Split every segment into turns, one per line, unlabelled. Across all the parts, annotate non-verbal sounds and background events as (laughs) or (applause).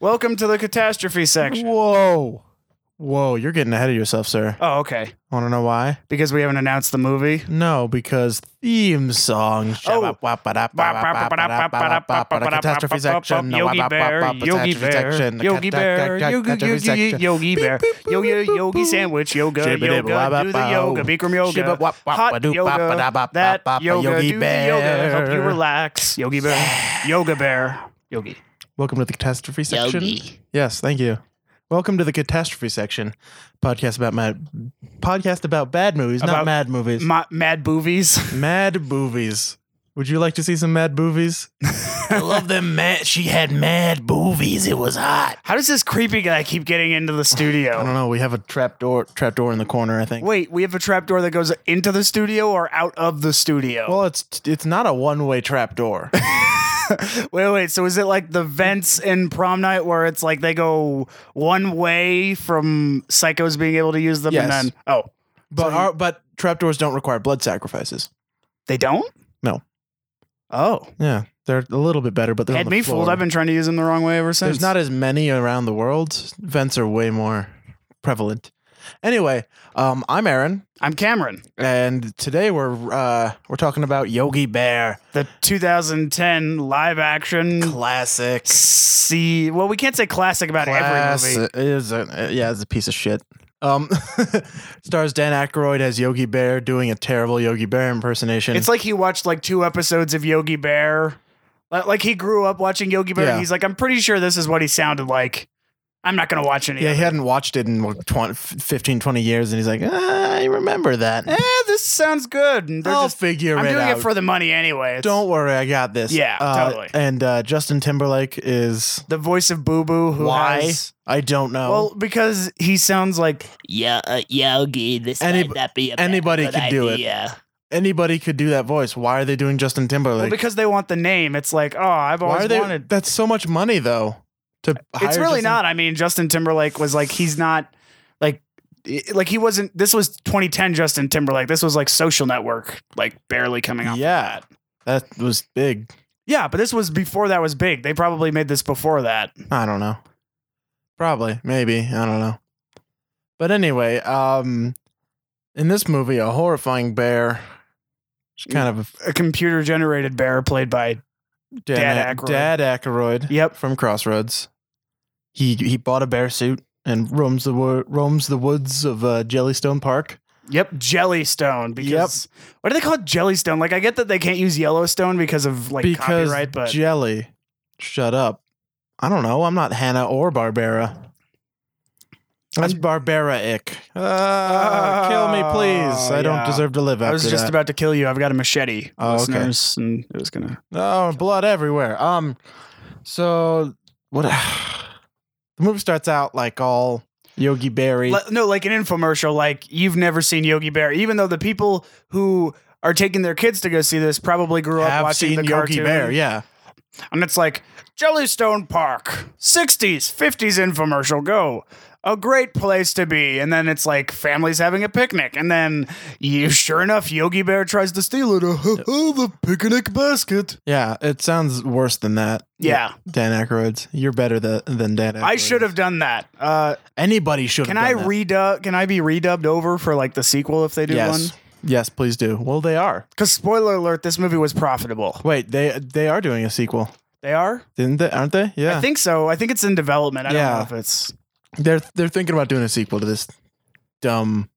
Welcome to the catastrophe section.
Whoa. Whoa, you're getting ahead of yourself, sir.
Oh, okay.
Want to know why?
Because we haven't announced the movie.
No, because theme songs.
Oh.
Catastrophe section.
Yogi Bear, Yogi Bear, Yogi Bear, Yogi Yogi Yogi Yogi Bear, Yogi Yogi sandwich, yoga, yoga, do the yoga, Bikram yoga, hot yoga, that yoga, do the yoga, help you relax, Yogi Bear, Yoga Bear, Yogi.
Welcome to the catastrophe section. Yes, thank you. Welcome to the catastrophe section, podcast about mad, podcast about bad movies, not
About
mad movies,
Ma- Mad boobies.
mad movies. Would you like to see some mad movies? I love them. Mad. She had mad movies. It was hot.
How does this creepy guy keep getting into the
I
studio?
don't know. We have a trap door, trap door in the corner. I think.
Wait, we have a trapdoor that goes into the studio or out of the studio?
Well, it's it's not a one way trap (laughs) door.
(laughs) Wait, wait. So is it like the vents in prom night where it's like they go one way from psychos being able to use them,
Yes.
and then oh,
but our, but trap doors don't require blood sacrifices.
they don't.
No.
Oh,
Yeah, they're a little bit better, but they're
had
on the
me
floor.
fooled. I've been trying to use them the wrong way ever since.
There's not as many around the world. Vents are way more prevalent. Anyway, um, I'm Aaron,
I'm Cameron.
and today we're uh, we're talking about Yogi Bear
The 2010 live
Mm.
action.
classic.
See, well, we can't say classic about every movie.
Classic. It is a, uh, yeah, it's a piece of shit. Um, (laughs) stars Dan Aykroyd as Yogi Bear doing a terrible Yogi Bear impersonation.
It's like he watched like two episodes of Yogi Bear. Li- Like he grew up watching Yogi Bear.
Yeah.
And he's like, I'm pretty sure this is what he sounded like. I'm not gonna watch any.
yeah,
of
he
it.
hadn't watched it in what, 20, 15, 20 years, and he's like, ah, I remember that.
Eh, this sounds good. And they're
I'll
just
figure
I'm
it
doing
out.
it for the money anyway. It's
Don't worry, I got this.
Yeah,
Uh,
totally.
And uh, Justin Timberlake is
the voice of Boo Boo who
why
has-
I don't know.
well because he sounds like
Yeah, uh, Yogi, this
Any-
might not be a
anybody
bad,
could do it.
Yeah,
Anybody could do that voice. Why are they doing Justin
well,
Timberlake?
because they want the name. It's like oh I've
why
always
are they?
wanted.
That's so much money though. To
It's
hire
really
Justin-
not. I mean Justin Timberlake was like he's not like i- like he wasn't. This was 2010 Justin Timberlake. This was like Social Network like barely coming off.
Yeah, that was big.
Yeah, but this was before that was big. They probably made this before that.
I don't know. Probably, maybe. I don't know. But anyway, um, in this movie, a horrifying bear,
Mm,
just kind of
A computer generated bear played by Dad Aykroyd.
Dad Aykroyd.
yep.
from Crossroads. He he bought a bear suit and roams the wo- roams the woods of uh, Jellystone Park.
Yep, Jellystone. Because what do they call it? Jellystone? Like I get that they can't use Yellowstone because of like
because
copyright, but
Jelly, shut up. I don't know. I'm not Hannah or Barbara. That's Barbara ick. Ah, kill me, please. I
yeah.
don't deserve to live after
I was just
that.
about to kill you. I've got a machete,
Oh, okay.
listeners, and it was gonna.
Oh, blood everywhere. Um, so what? (sighs) the movie starts out like all Yogi Berry.
Li- no, like an infomercial. Like you've never seen Yogi Bear, even though the people who are taking their kids to go see this probably grew up
have
watching
seen
the
Yogi
cartoon.
Bear, yeah.
and it's like Jellystone Park, '60s, '50s infomercial. Go. A great place to be. And then it's like families having a picnic. And then you sure enough, Yogi Bear tries to steal it. Oh, the picnic basket.
Yeah, it sounds worse than that.
Yeah.
Dan Aykroyd's. You're better tha- than Dan Aykroyd.
I should have done that. Uh,
Anybody should
Can I
have. done that.
redub? Can I be redubbed over for like the sequel if they do one? 'Cause
Yes.
one?
Yes, please do. Well, they are.
Because spoiler alert, this movie was profitable.
Wait, they they are doing a sequel,
They are.
didn't they? Aren't they? Yeah.
I think so. I think it's in development. I
Yeah.
don't know if it's.
they're they're thinking about doing a sequel to this dumb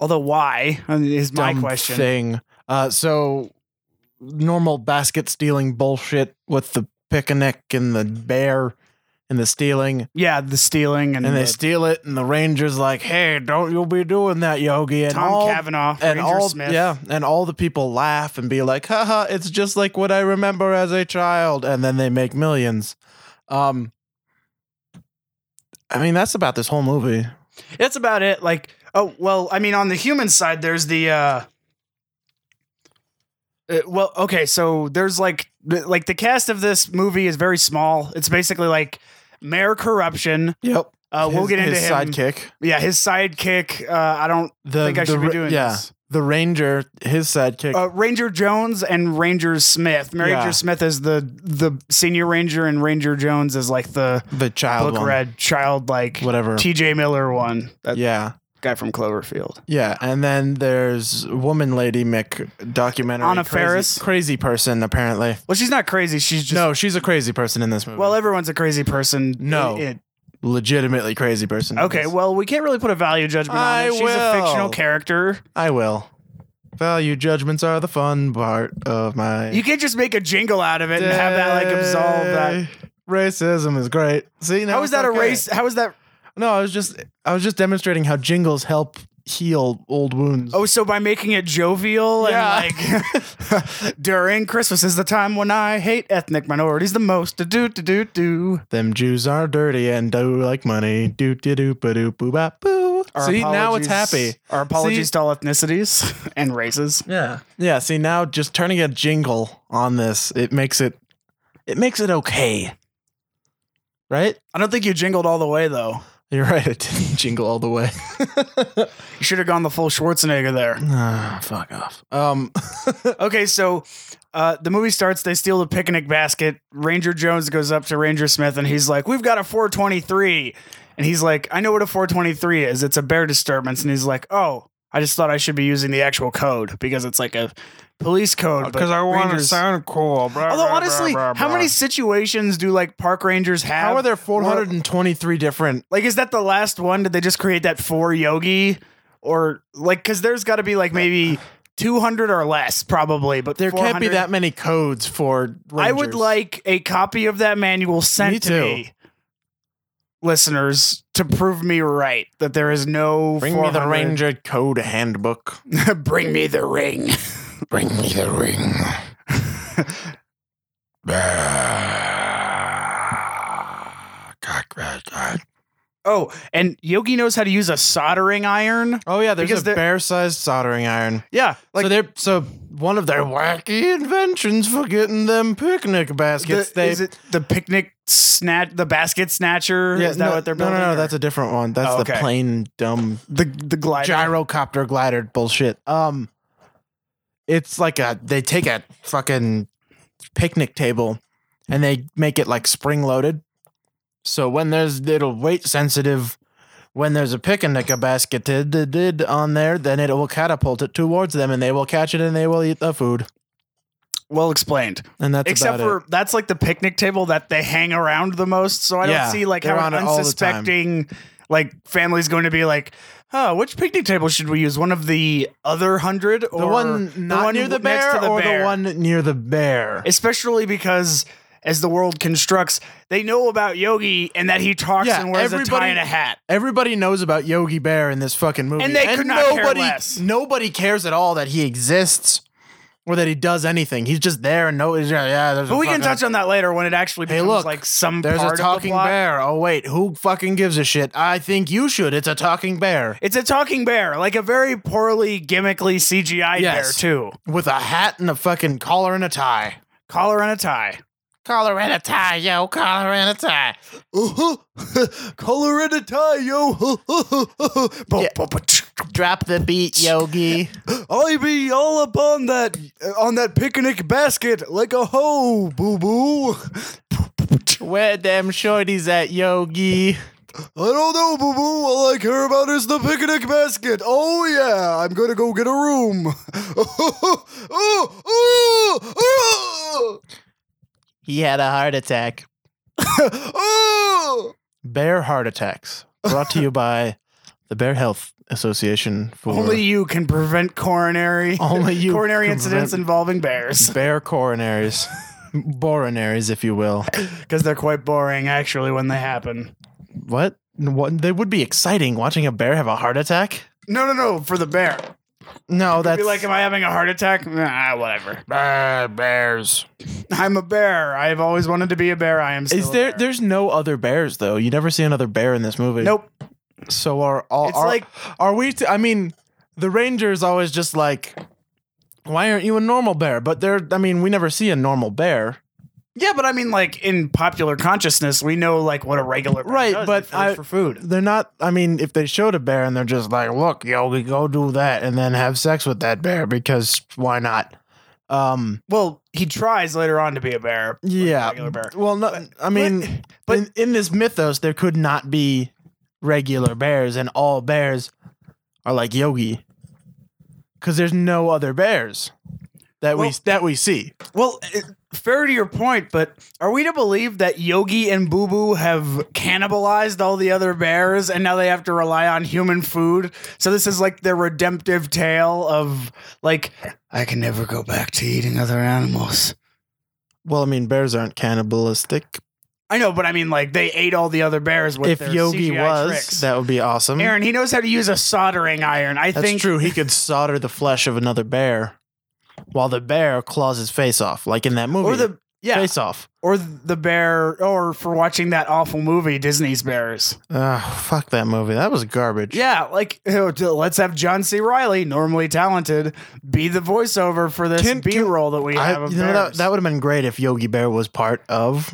Although why I mean, is my
dumb
question.
thing. Uh, so normal basket stealing bullshit with the picnic and the bear and the stealing,
Yeah, the stealing and,
and they
the
steal it, and the ranger's like, "Hey, don't you be doing that, Yogi?" And
Tom
all
Cavanaugh
and
Ranger
all
Smith.
yeah and all the people laugh and be like haha it's just like what i remember as a child and then they make millions um i mean that's about this whole movie
that's about it. Like, oh well, I mean, on the human side, there's the. uh uh, well, okay, so there's like th- like the cast of this movie is very small. It's basically like Mayor Corruption.
yep
Uh, we'll
His-
get into
his
him.
sidekick
Yeah, his sidekick. Uh, I don't
the
think I
the
should be
ri-
doing
yeah
this.
the ranger, his sidekick.
Uh, Ranger Jones and Ranger Smith. Ranger
Yeah.
Smith is the the senior ranger, and Ranger Jones is like the
the child
book
one,
red child, like
whatever.
T.J. Miller one, that
yeah,
guy from Cloverfield.
yeah, and then there's woman lady Mick documentary.
Anna
crazy,
Faris?
crazy person apparently.
Well, she's not crazy. She's just
no, she's a crazy person in this movie.
Well, everyone's a crazy person.
No.
It-
legitimately crazy person. in
okay.
this.
Well, we can't really put a value judgment on
I
it. She's a fictional
will.
character.
I will. Value judgments are the fun part of my.
You can't just make a jingle out of it and have that like absolve that.
Day. Racism is great. See, now
How is
it's
that a
okay.
race? How is that?
No, I was just I was just demonstrating how jingles help heal old wounds.
Oh, so by making it jovial and like (laughs) during Christmas is the time when I hate ethnic minorities the most. Do do do do.
them Jews are dirty and do like money. Do do do ba do boo bop boo.
Our
See, now
apologies-
it's happy.
Our apologies
See?
to all ethnicities (laughs) and races.
Yeah. Yeah, see now just turning a jingle on this, it makes it it makes it okay. Right?
I don't think you jingled all the way though.
You're right, it didn't (laughs) jingle all the way.
You should have gone the full Schwarzenegger there.
Ah, fuck off. Um (laughs)
Okay, so uh, the movie starts. They steal the picnic basket. Ranger Jones goes up to Ranger Smith and he's like, We've got a 423. And he's like, I know what a 423 is. It's a bear disturbance. And he's like, Oh, I just thought I should be using the actual code because it's like a police
Uh,
code. Because Rangers-
sound cool, bro.
Although, honestly, how many situations do like park rangers have?
How are there 423 different?
Like, is that the last one? Did they just create that for Yogi? Or like, because there's got to be like maybe 200 or less, probably. But
There can't be
400
that many codes for. Rangers.
I would like a copy of that manual sent
Me
to
too.
me, listeners, to prove me right that there is no.
bring me the
400
Ranger Code Handbook.
(laughs) bring me the ring.
Bring me the ring.
Oh, and Yogi knows how to use a soldering iron.
(laughs) Oh yeah, there's
Because
a
they're-
bear-sized soldering iron.
Yeah, like
so they're so one of their wacky inventions for getting them picnic baskets.
the,
they
is it the picnic snatch, the basket snatcher?
Yeah,
is that
no,
what they're
no,
building?
No, no,
or-
that's a different one. That's
Oh,
the
okay.
plain dumb
the the glider.
gyrocopter glider bullshit. Um, it's like a they take a fucking picnic table and they make it like spring loaded. So when there's it'll weight sensitive. When there's a picnic basket basketed on there, then it will catapult it towards them, and they will catch it and they will eat the food.
well explained.
And that's
Except
about
for
it.
that's like the picnic table that they hang around the most. So I don't
Yeah,
see like how
they're
an
on it all the time.
unsuspecting like family's going to be like, oh, which picnic table should we use? One of the other hundred or
the one not near the
next
bear
to the
or
bear?
the one near the bear.
Especially because as the world constructs, they know about Yogi and that he talks
Yeah,
and wears a tie
everybody-
and a hat.
Everybody knows about Yogi Bear in this fucking movie,
And they could not care
nobody,
less.
Nobody cares at all that he exists or that he does anything. He's just there, and no, yeah, yeah. There's
But
a
we can
fucking-
touch on that later when it actually
Hey,
becomes
look,
like some
There's
part
a talking
of the plot.
bear. Oh wait, who fucking gives a shit? I think you should. It's a talking bear
It's a talking bear, like a very poorly gimmickly CGI bear
Yes.
too.
with a hat and a fucking collar and a tie.
Collar and a tie.
Collar and a tie, yo. Collar and a tie.
(laughs)
Uh-huh. collar and a tie, yo.
Bo-
Yeah.
bo- bo- tch.
Drop the beat, Yogi.
I be all up on that on that picnic basket like a hoe, boo boo.
(laughs) Where them shorties at, Yogi?
I don't know, boo boo. All I care about is the picnic basket. Oh yeah, I'm gonna go get a room. (laughs)
He had a heart attack. Bear heart attacks.
(laughs)
Brought to you by the Bear Health Association for
Only you can prevent coronary
Only you
coronary
can
incidents
prevent-
involving bears (laughs)
bear coronaries, boronaries, if you will.
because they're quite boring actually when they happen.
What? What? They would be exciting watching a bear have a heart attack.
No, no, no, for the bear.
No, that's
Be like, am I having a heart attack? Nah, whatever.
bear, bears.
I'm a bear. I've always wanted to be a bear. I am. Still
Is
a
there?
bear.
There's no other bears though. You never see another bear in this movie.
Nope.
So are all?
It's
are,
like-
are we? T- I mean, the ranger is always just like, why aren't you a normal bear? But there, I mean, we never see a normal bear.
Yeah, but I mean, like in popular consciousness, we know like what a regular bear
Right,
does.
but
It feels
I-
for food.
They're not. I mean, if they showed a bear and they're just like, "Look, Yogi, go do that," and then have sex with that bear because why not? Um,
Well, he tries later on to be a bear. like a
yeah.
regular bear.
Well, no, I mean,
but-
but in, in this mythos, there could not be regular bears, and all bears are like Yogi, because there's no other bears that we
Well-
that we see.
Well, it- fair to your point, but are we to believe that Yogi and Boo Boo have cannibalized all the other bears and now they have to rely on human food? So this is like their redemptive tale of like I can never go back to eating other animals.
Well, I mean, bears aren't cannibalistic.
I know, but I mean like they ate all the other bears with their
if Yogi
CGI
was,
tricks.
that would be awesome.
Aaron, he knows how to use a soldering iron. I
That's
think
true. He could solder the flesh of another bear while the bear claws his face off, like in that movie.
or the yeah,
face off.
or the bear or for watching that awful movie Disney's Bears.
Ugh, fuck that movie. That was garbage.
Yeah, like you know, to- let's have John C. Riley, normally talented, be the voiceover for this
Can- can-
B-roll that we
I,
have. Of
you know, that,
bears.
that would have been great if Yogi Bear was part of.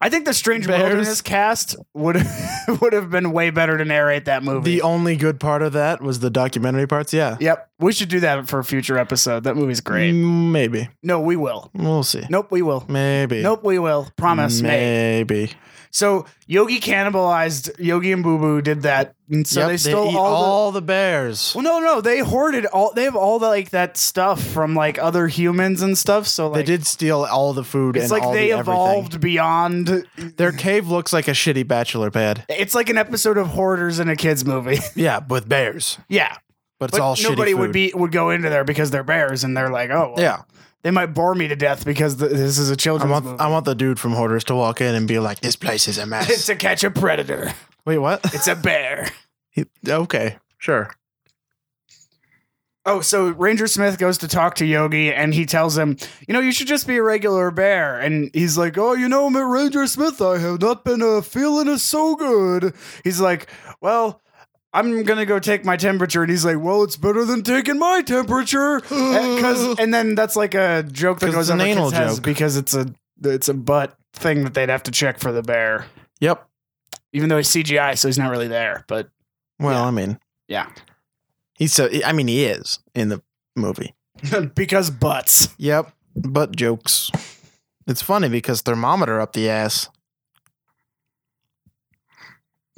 I think the Strange
Bears.
Wilderness cast would (laughs) would have been way better to narrate that movie.
The only good part of that was the documentary parts. Yeah.
yep, we should do that for a future episode. That movie's great.
Mm, Maybe.
No, we will.
We'll see.
Nope, we will.
Maybe.
Nope, we will. Promise me.
Maybe.
So Yogi cannibalized Yogi and Boo Boo did that, and so
Yep,
they stole
eat
all, the-
the bears.
Well, no, no, they hoarded all. They have all the like that stuff from like other humans and stuff. So
they
like,
did steal all the food
It's
and
like
all
they
the
evolved beyond.
everything. Their cave looks like a shitty bachelor pad.
It's like an episode of Hoarders in a kids movie. (laughs)
Yeah, with bears.
yeah,
But it's
but
all shitty
nobody would
food.
be would go into there because they're bears and they're like, oh, well,
Yeah,
they might bore me to death because th- this is a
I
children's
want
movie.
I want the dude from Hoarders to walk in and be like, "This place is a
it's (laughs)
mess."
to catch a
(laughs)
predator.
Wait, what?
(laughs) It's a bear.
He- okay, sure.
Oh, so Ranger Smith goes to talk to Yogi and he tells him, You know, you should just be a regular bear. And he's like, Oh, you know, Mitt Ranger Smith, I have not been uh, feeling it so good. He's like, Well, I'm going to go take my temperature. And he's like, Well, it's better than taking my temperature. And, 'cause- and then that's like a joke that
'Cause
goes
it's
on
an anal joke.
because it's a, it's a butt thing that they'd have to check for the bear,
(gasps) Yep.
even though he's CGI, so he's not really there.
(laughs)
But
Well,
Yeah.
I mean,
Yeah.
He's so. I mean, he is in the movie.
because butts.
Yep. Butt jokes. It's funny because thermometer up the ass.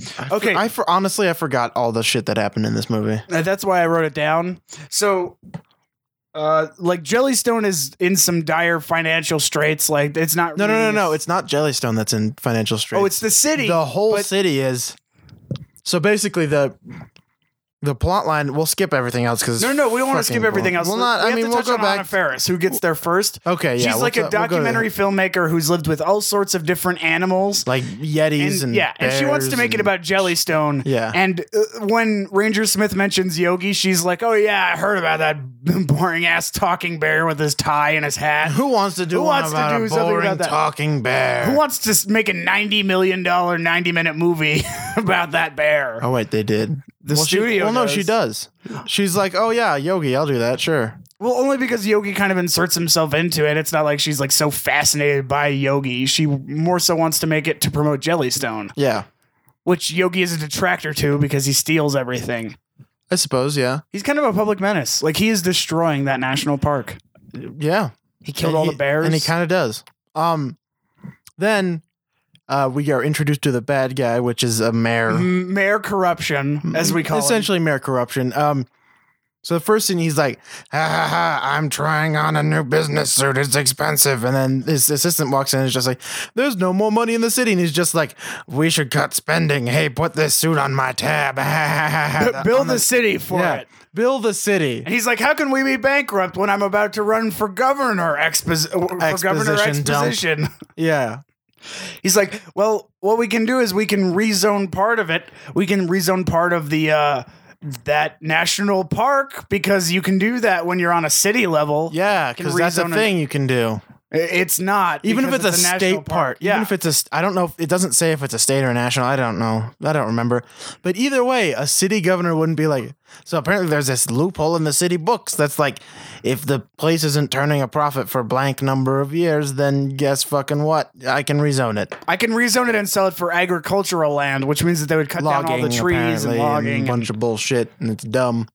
I for-
Okay.
I for, honestly I forgot all the shit that happened in this movie.
Uh, that's why I wrote it down. So, uh, like Jellystone is in some dire financial straits. Like it's not.
No, no, no,
really-
no. It's not Jellystone that's in Financial Straits.
oh, it's the city.
The whole
but-
city is. So basically, the the plot line. We'll skip everything else because
no, no, no. We don't want to
fucking
skip everything
boring.
else.
Well, not.
We
I
have
mean,
to
we'll
touch
go
on Anna
back.
Ferris, who gets there first.
Okay, yeah.
She's
we'll
like
go-
a
we'll go to-
documentary filmmaker who's lived with all sorts of different animals.
like
and,
Yetis and,
yeah, and she wants to
bears
make it
and-
about Jellystone.
yeah.
And uh, when Ranger Smith mentions Yogi, she's like, "Oh yeah, I heard about that (laughs) boring ass talking bear with his tie and his hat."
who wants to do
Who
one
wants to
about
do
a
something about
boring
that?
talking bear?
Who wants to s- make a ninety million dollar ninety minute movie (laughs) about that bear?
oh wait, they did.
The
well, she-
studio
well, no, she does. She's like, oh yeah, Yogi, I'll do that. Sure.
Well, only because Yogi kind of inserts himself into it. It's not like she's like so fascinated by Yogi. She more so wants to make it to promote Jellystone,
Yeah,
which Yogi is a detractor to because he steals everything.
I suppose. Yeah,
He's kind of a public menace. Like he is destroying that national park.
yeah.
He killed
And
all
he-
the bears.
and he kind of does. Um, then uh, we are introduced to the bad guy, which is a mayor.
M- mayor corruption, Mm-hmm. as we call
essentially mayor corruption. Um, so the first thing he's like, ha ha ha, I'm trying on a new business suit. It's expensive. And then his assistant walks in and is just like, there's no more money in the city. And he's just like, we should cut spending. Hey, put this suit on my tab. (laughs) Ha, ha, ha,
it.
ha.
B- build
I'm like,
the city for
yeah,
it.
Bill the city.
And he's like, "How can we be bankrupt when I'm about to run for governor exposi- for governor
Exposition dump.
exposition?" (laughs)
Yeah.
He's like, "Well, what we can do is we can rezone part of it. We can rezone part of the uh that national park because you can do that when you're on a city level."
Yeah.
Can
Because that's a
rezone it.
thing you can do.
It's not.
Even if
because
it's, a, state
national
park, yeah.
Yeah.
Even if it's a, st- I don't know. If, it doesn't say if it's a state or a national. I don't know. I don't remember. But either way, a city governor wouldn't be like. So apparently, there's this loophole in the city books that's like, if the place isn't turning a profit for blank number of years, then guess fucking what? I can rezone it.
I can rezone it and sell it for agricultural land, which means that they would cut down all the trees
apparently,
and logging.
a bunch
and-
of bullshit, and it's dumb.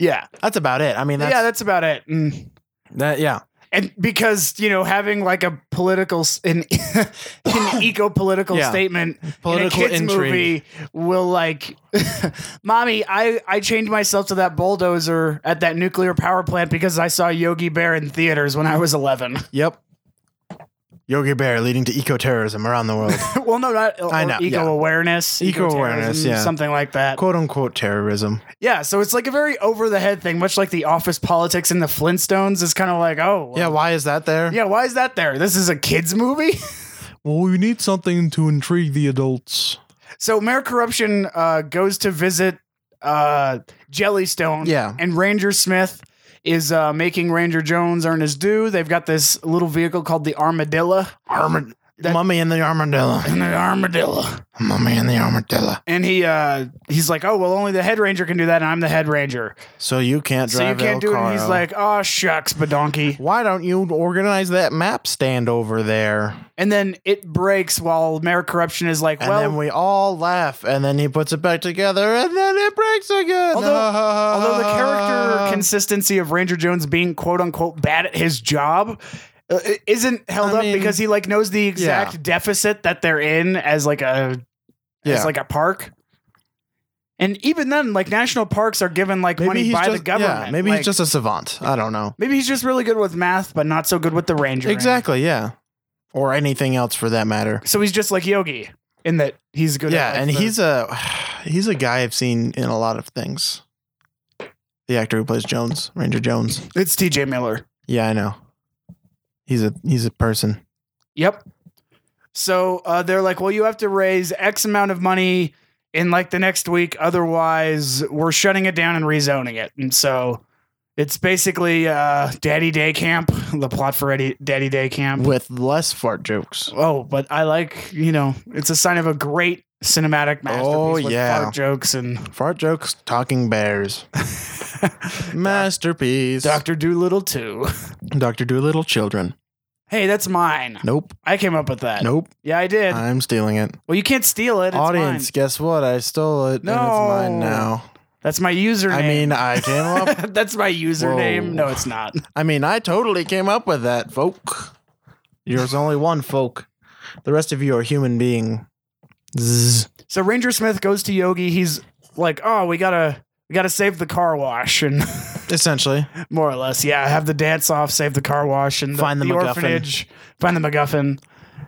yeah.
That's about it. I mean, that's,
yeah, that's about it. Mm.
that. Yeah.
and because you know having like a political s- an, (laughs)
(coughs)
an eco-political
Yeah.
statement
Political
in a kids
intrigue.
movie will like (laughs) mommy i i chained myself to that bulldozer at that nuclear power plant because i saw yogi bear in theaters when i was 11
Yep. Yogi Bear leading to eco terrorism around
(laughs)
the world.
(laughs) well no not e-,
I know, yeah.
eco-awareness
Eco-awareness,
eco-terrorism,
yeah.
something like that
Quote unquote terrorism.
yeah so it's like a very over-the-head thing much like the office politics in the flintstones is kind of like oh
Yeah, why is that there?
yeah why is that there this is a kids movie (laughs)
Well, we need something to intrigue the adults.
So Mayor Corruption uh, goes to visit uh, Jellystone.
Yeah.
And Ranger Smith is uh, making Ranger Jones earn his due. They've got this little vehicle called the Armadillo.
Armor, mummy and the armadillo.
And the Armadillo.
Mummy and the armadillo.
And he uh, he's like, oh, well, only the head ranger can do that, and I'm the head ranger.
So you can't
So you
drive.
can't
El
do it. And he's
Caro.
like, oh, shucks, badonkey.
why don't you organize that map stand over there?
And then it breaks while Mayor Corruption is like,
And
well,
then we all laugh, and then he puts it back together, and then it breaks again.
Although- Although the
Um,
character consistency of Ranger Jones being quote unquote bad at his job uh, isn't held
I
up
mean-
because he like knows the exact deficit that they're in as like a
yeah.
as like a park. And even then, like national parks are given like
maybe
money
he's
by
just,
the government.
Yeah, maybe
Like,
he's just a savant. I don't know.
maybe he's just really good with math, but not so good with the ranger.
Exactly. Yeah. Or anything else for that matter.
So he's just like Yogi in that he's good.
yeah,
at like,
and
the-
he's a (sighs) he's a guy I've seen in a lot of things. The actor who plays Jones, Ranger Jones.
it's T.J. Miller.
Yeah, I know. He's a he's a person.
Yep. So uh, they're like, well, you have to raise X amount of money in like the next week. Otherwise, we're shutting it down and rezoning it. And so it's basically uh, Daddy Day Camp, the plot for Eddie, Daddy Day Camp.
with less fart jokes.
Oh, but I like, you know, it's a sign of a great cinematic masterpiece
Oh,
with
yeah.
fart jokes
(laughs)
and
Fart jokes,
(laughs)
talking bears, masterpiece.
Dr. Doolittle too.
Doctor Doolittle, children.
Hey, that's mine.
Nope,
I came up with that.
nope.
Yeah, I did.
I'm stealing it.
well, you can't steal it. It's
Audience,
mine.
guess what? I stole it. and
No.
it's mine now.
That's my username.
I mean, I
(laughs)
came up.
That's my username.
Whoa.
No, it's not.
I mean, I totally came up with that, folk. There's only one folk. The rest of you are human being. Zzz.
(laughs) So Ranger Smith goes to Yogi. He's like, "Oh, we gotta, we gotta save the car wash," and (laughs)
Essentially,
more or less, yeah, have the dance off, save the car wash, and
Find the MacGuffin.
orphanage, find the MacGuffin.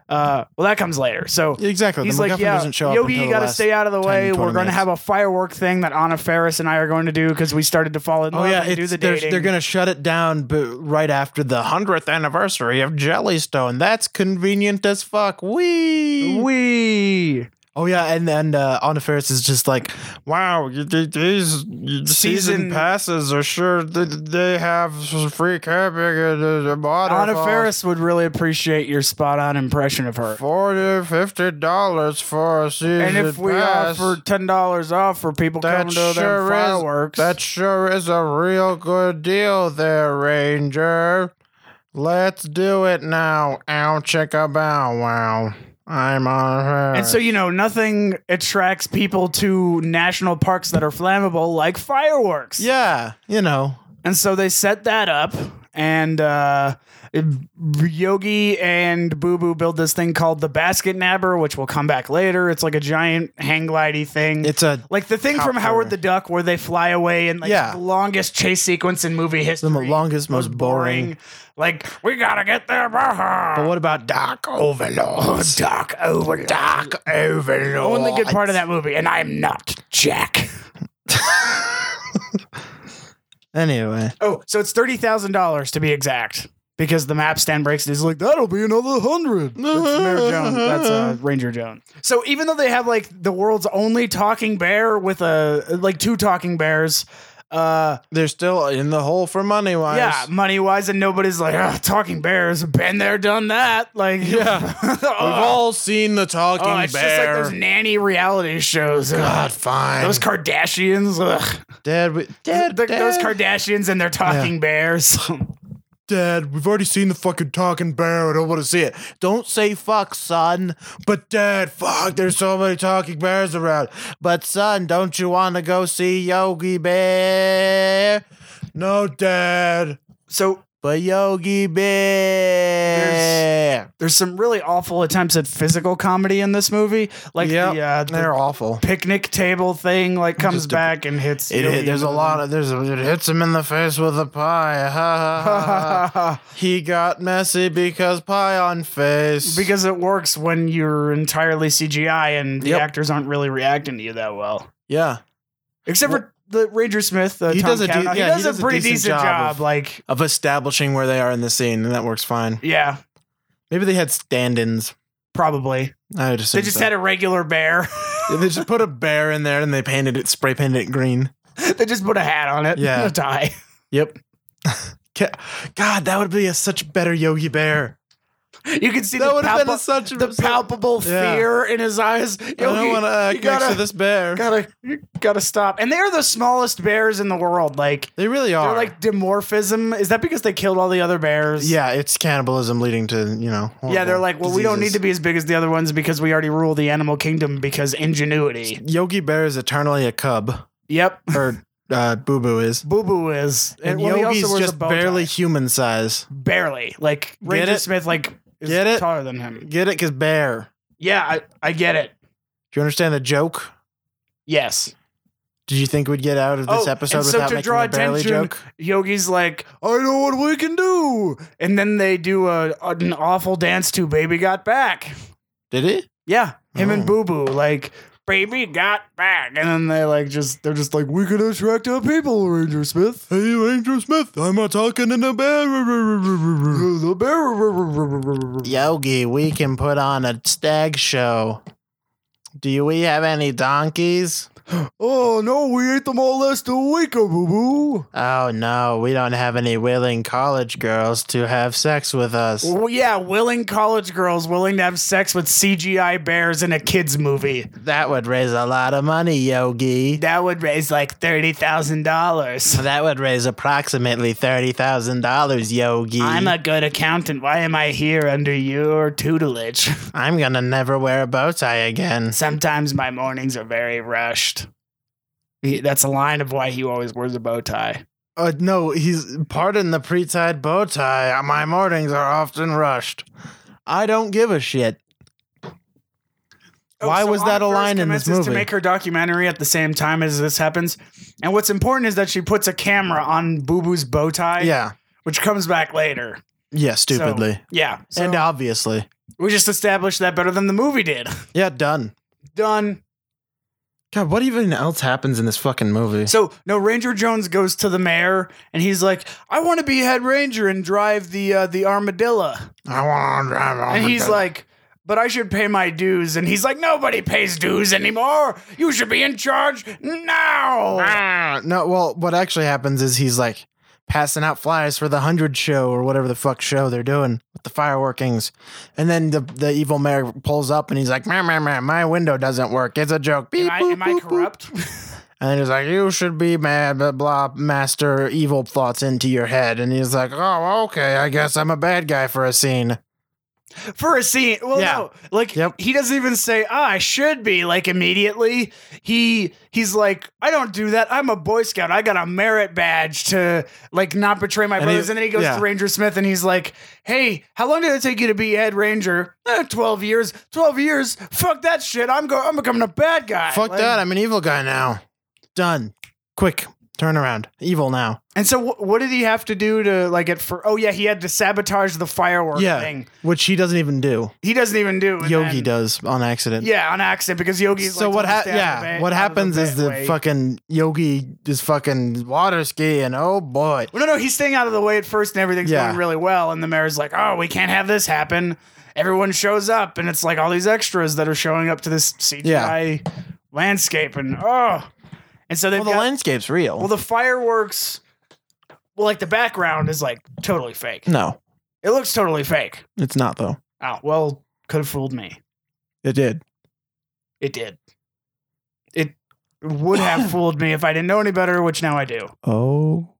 Uh, well, that comes later. So
exactly.
he's
the
like,
MacGuffin
"Yeah,
doesn't show up
Yogi,
until
you
the
gotta
last-
stay out of the
10,
way.
20
We're gonna
minutes.
have a firework thing that Anna Ferris and I are going to do because we started to fall in
Oh
love
yeah,
and do
it's,
the
they're,
dating.
they're gonna shut it down b- right after the hundredth anniversary of Jellystone. That's convenient as fuck. Wee.
we
Oh yeah, and and uh, Anna Ferris is just like, wow, you- th- these season,
Season-
passes are sure th- they have free camping at the
Anna
waterfalls.
Ferris would really appreciate your spot on impression of her.
Forty, fifty dollars for a season
And if we
pass.
offer ten dollars off for people
That
coming to
sure
their
is-
fireworks,
That sure is a real good deal there, Ranger. Let's do it now. Ow, chicka bow wow. I'm on her.
and so you know, nothing attracts people to national parks that are flammable like fireworks.
yeah, you know,
and so they set that up, and uh, Yogi and Boo Boo build this thing called the Basket Nabber, which will come back later. It's like a giant hang glidey thing.
it's a
like the thing from
Copter.
Howard the Duck where they fly away and like
Yeah.
the longest chase sequence in movie
the
history.
longest, most boring.
Like we gotta get there.
But what about Doc Overlord? (laughs)
Doc over
Doc Overlord.
Only good part of that movie, and I'm not Jack.
Anyway,
Oh, so it's thirty thousand dollars to be exact, because the map stand breaks. And he's like, "That'll be another hundred. That's Mayor Jones. That's uh, Ranger Jones. So even though they have like the world's only talking bear with a like two talking bears, Uh,
They're still in the hole for money wise.
yeah, money wise, and nobody's like, "Ugh, talking bears, been there, done that. Like, (laughs)
Yeah.
Ugh.
We've all seen the talking
oh, it's just like
bear.
those nanny reality shows. Ugh.
God, fine.
Those Kardashians, ugh.
Dad, we, Dad,
Th-
Dad,
those Kardashians and their talking bears. (laughs)
Dad, we've already seen the fucking talking bear. I don't want to see it. Don't say fuck, son. But Dad, fuck, there's so many talking bears around. But son, don't you want to go see Yogi Bear? No, Dad.
so
But Yogi Bear.
there's some really awful attempts at physical comedy in this movie, like
Yep,
the, uh, the
They're awful.
picnic table thing, like comes
Just a-
back and hits.
It,
Yogi
hit- there's
in
a
the-
lot of there's a, it hits him in the face with a pie. Ha,
(laughs)
ha, ha, ha. he got messy because pie on face.
because it works when you're entirely CGI and the
Yep.
actors aren't really reacting to you that well,
yeah,
except for the Ranger Smith. Uh,
He
Tom
does a de-
Cavanaugh.
yeah,
he, does a pretty decent, job.
of-
like,
of establishing where they are in the scene, and that works fine.
yeah,
Maybe they had stand-ins.
probably.
I would assume
They just
so.
had a regular bear.
Yeah, (laughs) they just put a bear in there and they painted it, spray painted it green.
(laughs) they just put a hat on it.
Yeah.
and a tie.
Yep. (laughs) Ca- God, that would be a such better Yogi Bear.
(laughs) You can see
That
the,
would have been a
palpa-
such
the palpable
Yeah.
fear in his eyes.
I don't
Yogi,
want to uh,
you
next
gotta-
to this
(laughs)
bear.
gotta you gotta stop. And they are the smallest bears in the world. Like
they really are.
they're like dimorphism. Is that because they killed all the other bears?
yeah, it's cannibalism leading to you know.
Yeah, they're
horrible
like, well, we don't need
diseases.
to be as big as the other ones because we already rule the animal kingdom because ingenuity.
Yogi Bear is eternally a cub,
Yep.
or uh, Boo Boo is,
Boo Boo is.
and,
well, he also
Yogi's
wears a
just
bow tie.
barely human size.
barely. Like Ranger
it?
Smith like is
Get it?
taller than him.
Get it? Because bear.
Yeah, I, I get it.
Do you understand the joke?
Yes.
Did you think we'd get out of this
Oh,
episode
and so
without
to
making
draw
a barely
attention-
joke?
Yogi's like, I know what we can do. And then they do a, an awful dance to Baby Got Back.
Did it?
Yeah, him and
Oh.
Boo Boo, like baby got back, and then they like just they're just like we could attract our people, Ranger Smith.
Hey, Ranger Smith, I'm not talking in a bear.
The bear-
Yogi, we can put on a stag show. Do we have any donkeys?
Oh no, we ate them all last week, uh, Boo Boo.
Oh no, we don't have any willing college girls to have sex with us.
Well, yeah, willing college girls willing to have sex with CGI bears in a kids movie.
That would raise a lot of money, Yogi.
That would raise like thirty thousand dollars.
That would raise approximately $30,000, Yogi.
I'm a good accountant. Why am I here under your tutelage? (laughs)
I'm gonna never wear a bow tie again.
Sometimes my mornings are very rushed. He- that's a line of why he always wears a bow tie.
Uh, no, he's pardon the pre-tied bow tie. My mornings are often rushed. I don't give a shit. Why was that a
Aunt Oh, First
line in this
commences To
movie?
make her documentary at the same time as this happens, and what's important is that she puts a camera on Boo Boo's bow tie,
yeah,
which comes back later.
yeah, stupidly
Yeah, so
and obviously.
we just established that better than the movie did.
Yeah, done.
Done.
God, what even else happens in this fucking movie?
So no, Ranger Jones goes to the mayor, and he's like, "I want to be head ranger and drive the uh, the armadillo."
I want to drive on.
And he's like, but I should pay my dues. And he's like, nobody pays dues anymore. You should be in charge now.
Ah, no. Well, what actually happens is he's like passing out flyers for the hundred show or whatever the fuck show they're doing with the fireworkings, and then the the evil mayor pulls up and he's like, "Meow, meow, meow, "My window doesn't work. It's a joke."
Am
Beep,
I,
boop,
am I
boop, boop.
corrupt?
And then he's like, You should be mad, blah, blah, master evil thoughts into your head. And he's like, Oh, okay, I guess I'm a bad guy for a scene.
For a scene. Well,
Yeah.
no. Like,
Yep.
he doesn't even say, ah, I should be, like, immediately. He He's like, I don't do that. I'm a Boy Scout. I got a merit badge to, like, not betray my
And
brothers.
he-
and then he goes
yeah.
to Ranger Smith and he's like, hey, how long did it take you to be head ranger? "Eh, 12 years. 12 years? Fuck that shit. I'm, go- I'm becoming a bad guy.
Fuck
Like-
that, I'm an evil guy now. Done. Quick, turn around. Evil now.
And so, wh- what did he have to do to like it for? Oh yeah, he had to sabotage the firework
Yeah.
thing.
Which he doesn't even do.
He doesn't even do. and
Yogi
then-
does on accident.
Yeah, on accident because Yogi's.
So
like,
what
totally
hap
stabbed the
yeah,
ba-
what
out of
happens is
ba-
the
way.
fucking Yogi is fucking water skiing. Oh boy.
Well, no, no, he's staying out of the way at first, and everything's
Yeah.
going really well. And the mayor's like, "Oh, we can't have this happen." Everyone shows up, and it's like all these extras that are showing up to this CGI landscape, and oh, And so they've
Well, the
got,
landscape's real.
well the fireworks. Well, like the background is like totally fake.
no,
It looks totally fake.
it's not though.
Oh well, could have fooled me.
It did.
It did. It would
(laughs)
have fooled me if I didn't know any better, which now I do.
Oh,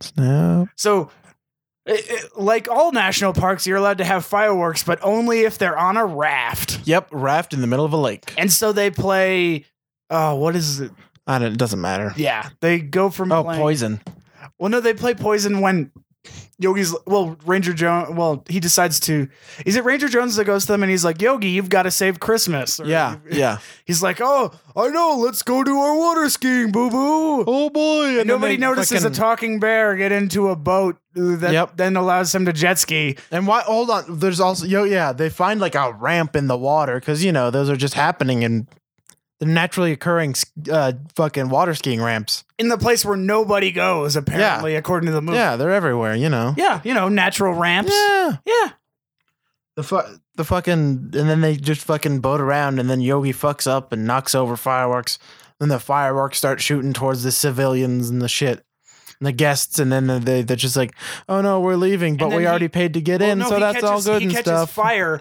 snap!
So, it, it- like all national parks, you're allowed to have fireworks, but only if they're on a raft.
Yep, raft in the middle of a lake.
And so they play. Oh, what is it?
I don't. It doesn't matter.
Yeah, they go from
Oh,
playing-
poison.
Well, no, they play poison when Yogi's well Ranger Jones. Well, he decides to. Is it Ranger Jones that goes to them and he's like, "Yogi, you've got to save Christmas." Or-
Yeah, yeah.
He's like, "Oh, I know. Let's go do our water skiing, boo boo."
(laughs) Oh boy!
And nobody notices a talking bear get into a boat uh, that
Yep.
then allows him to jet ski.
And why? Hold on. There's also yo yeah. They find like a ramp in the water because you know those are just happening in the naturally occurring uh, fucking water skiing ramps.
in the place where nobody goes, apparently, according to the movie.
Yeah, they're everywhere. You know.
Yeah, you know, natural ramps.
Yeah.
Yeah.
The fu- the fucking and then they just fucking boat around and then Yogi fucks up and knocks over fireworks. Then the fireworks start shooting towards the civilians and the shit. And the guests and then they they're just like, "Oh no, we're leaving, but
then
we
he-
already paid to get
Well,
in,
no,
so
he
that's all
catches-
good
he
and
catches
stuff."
fire,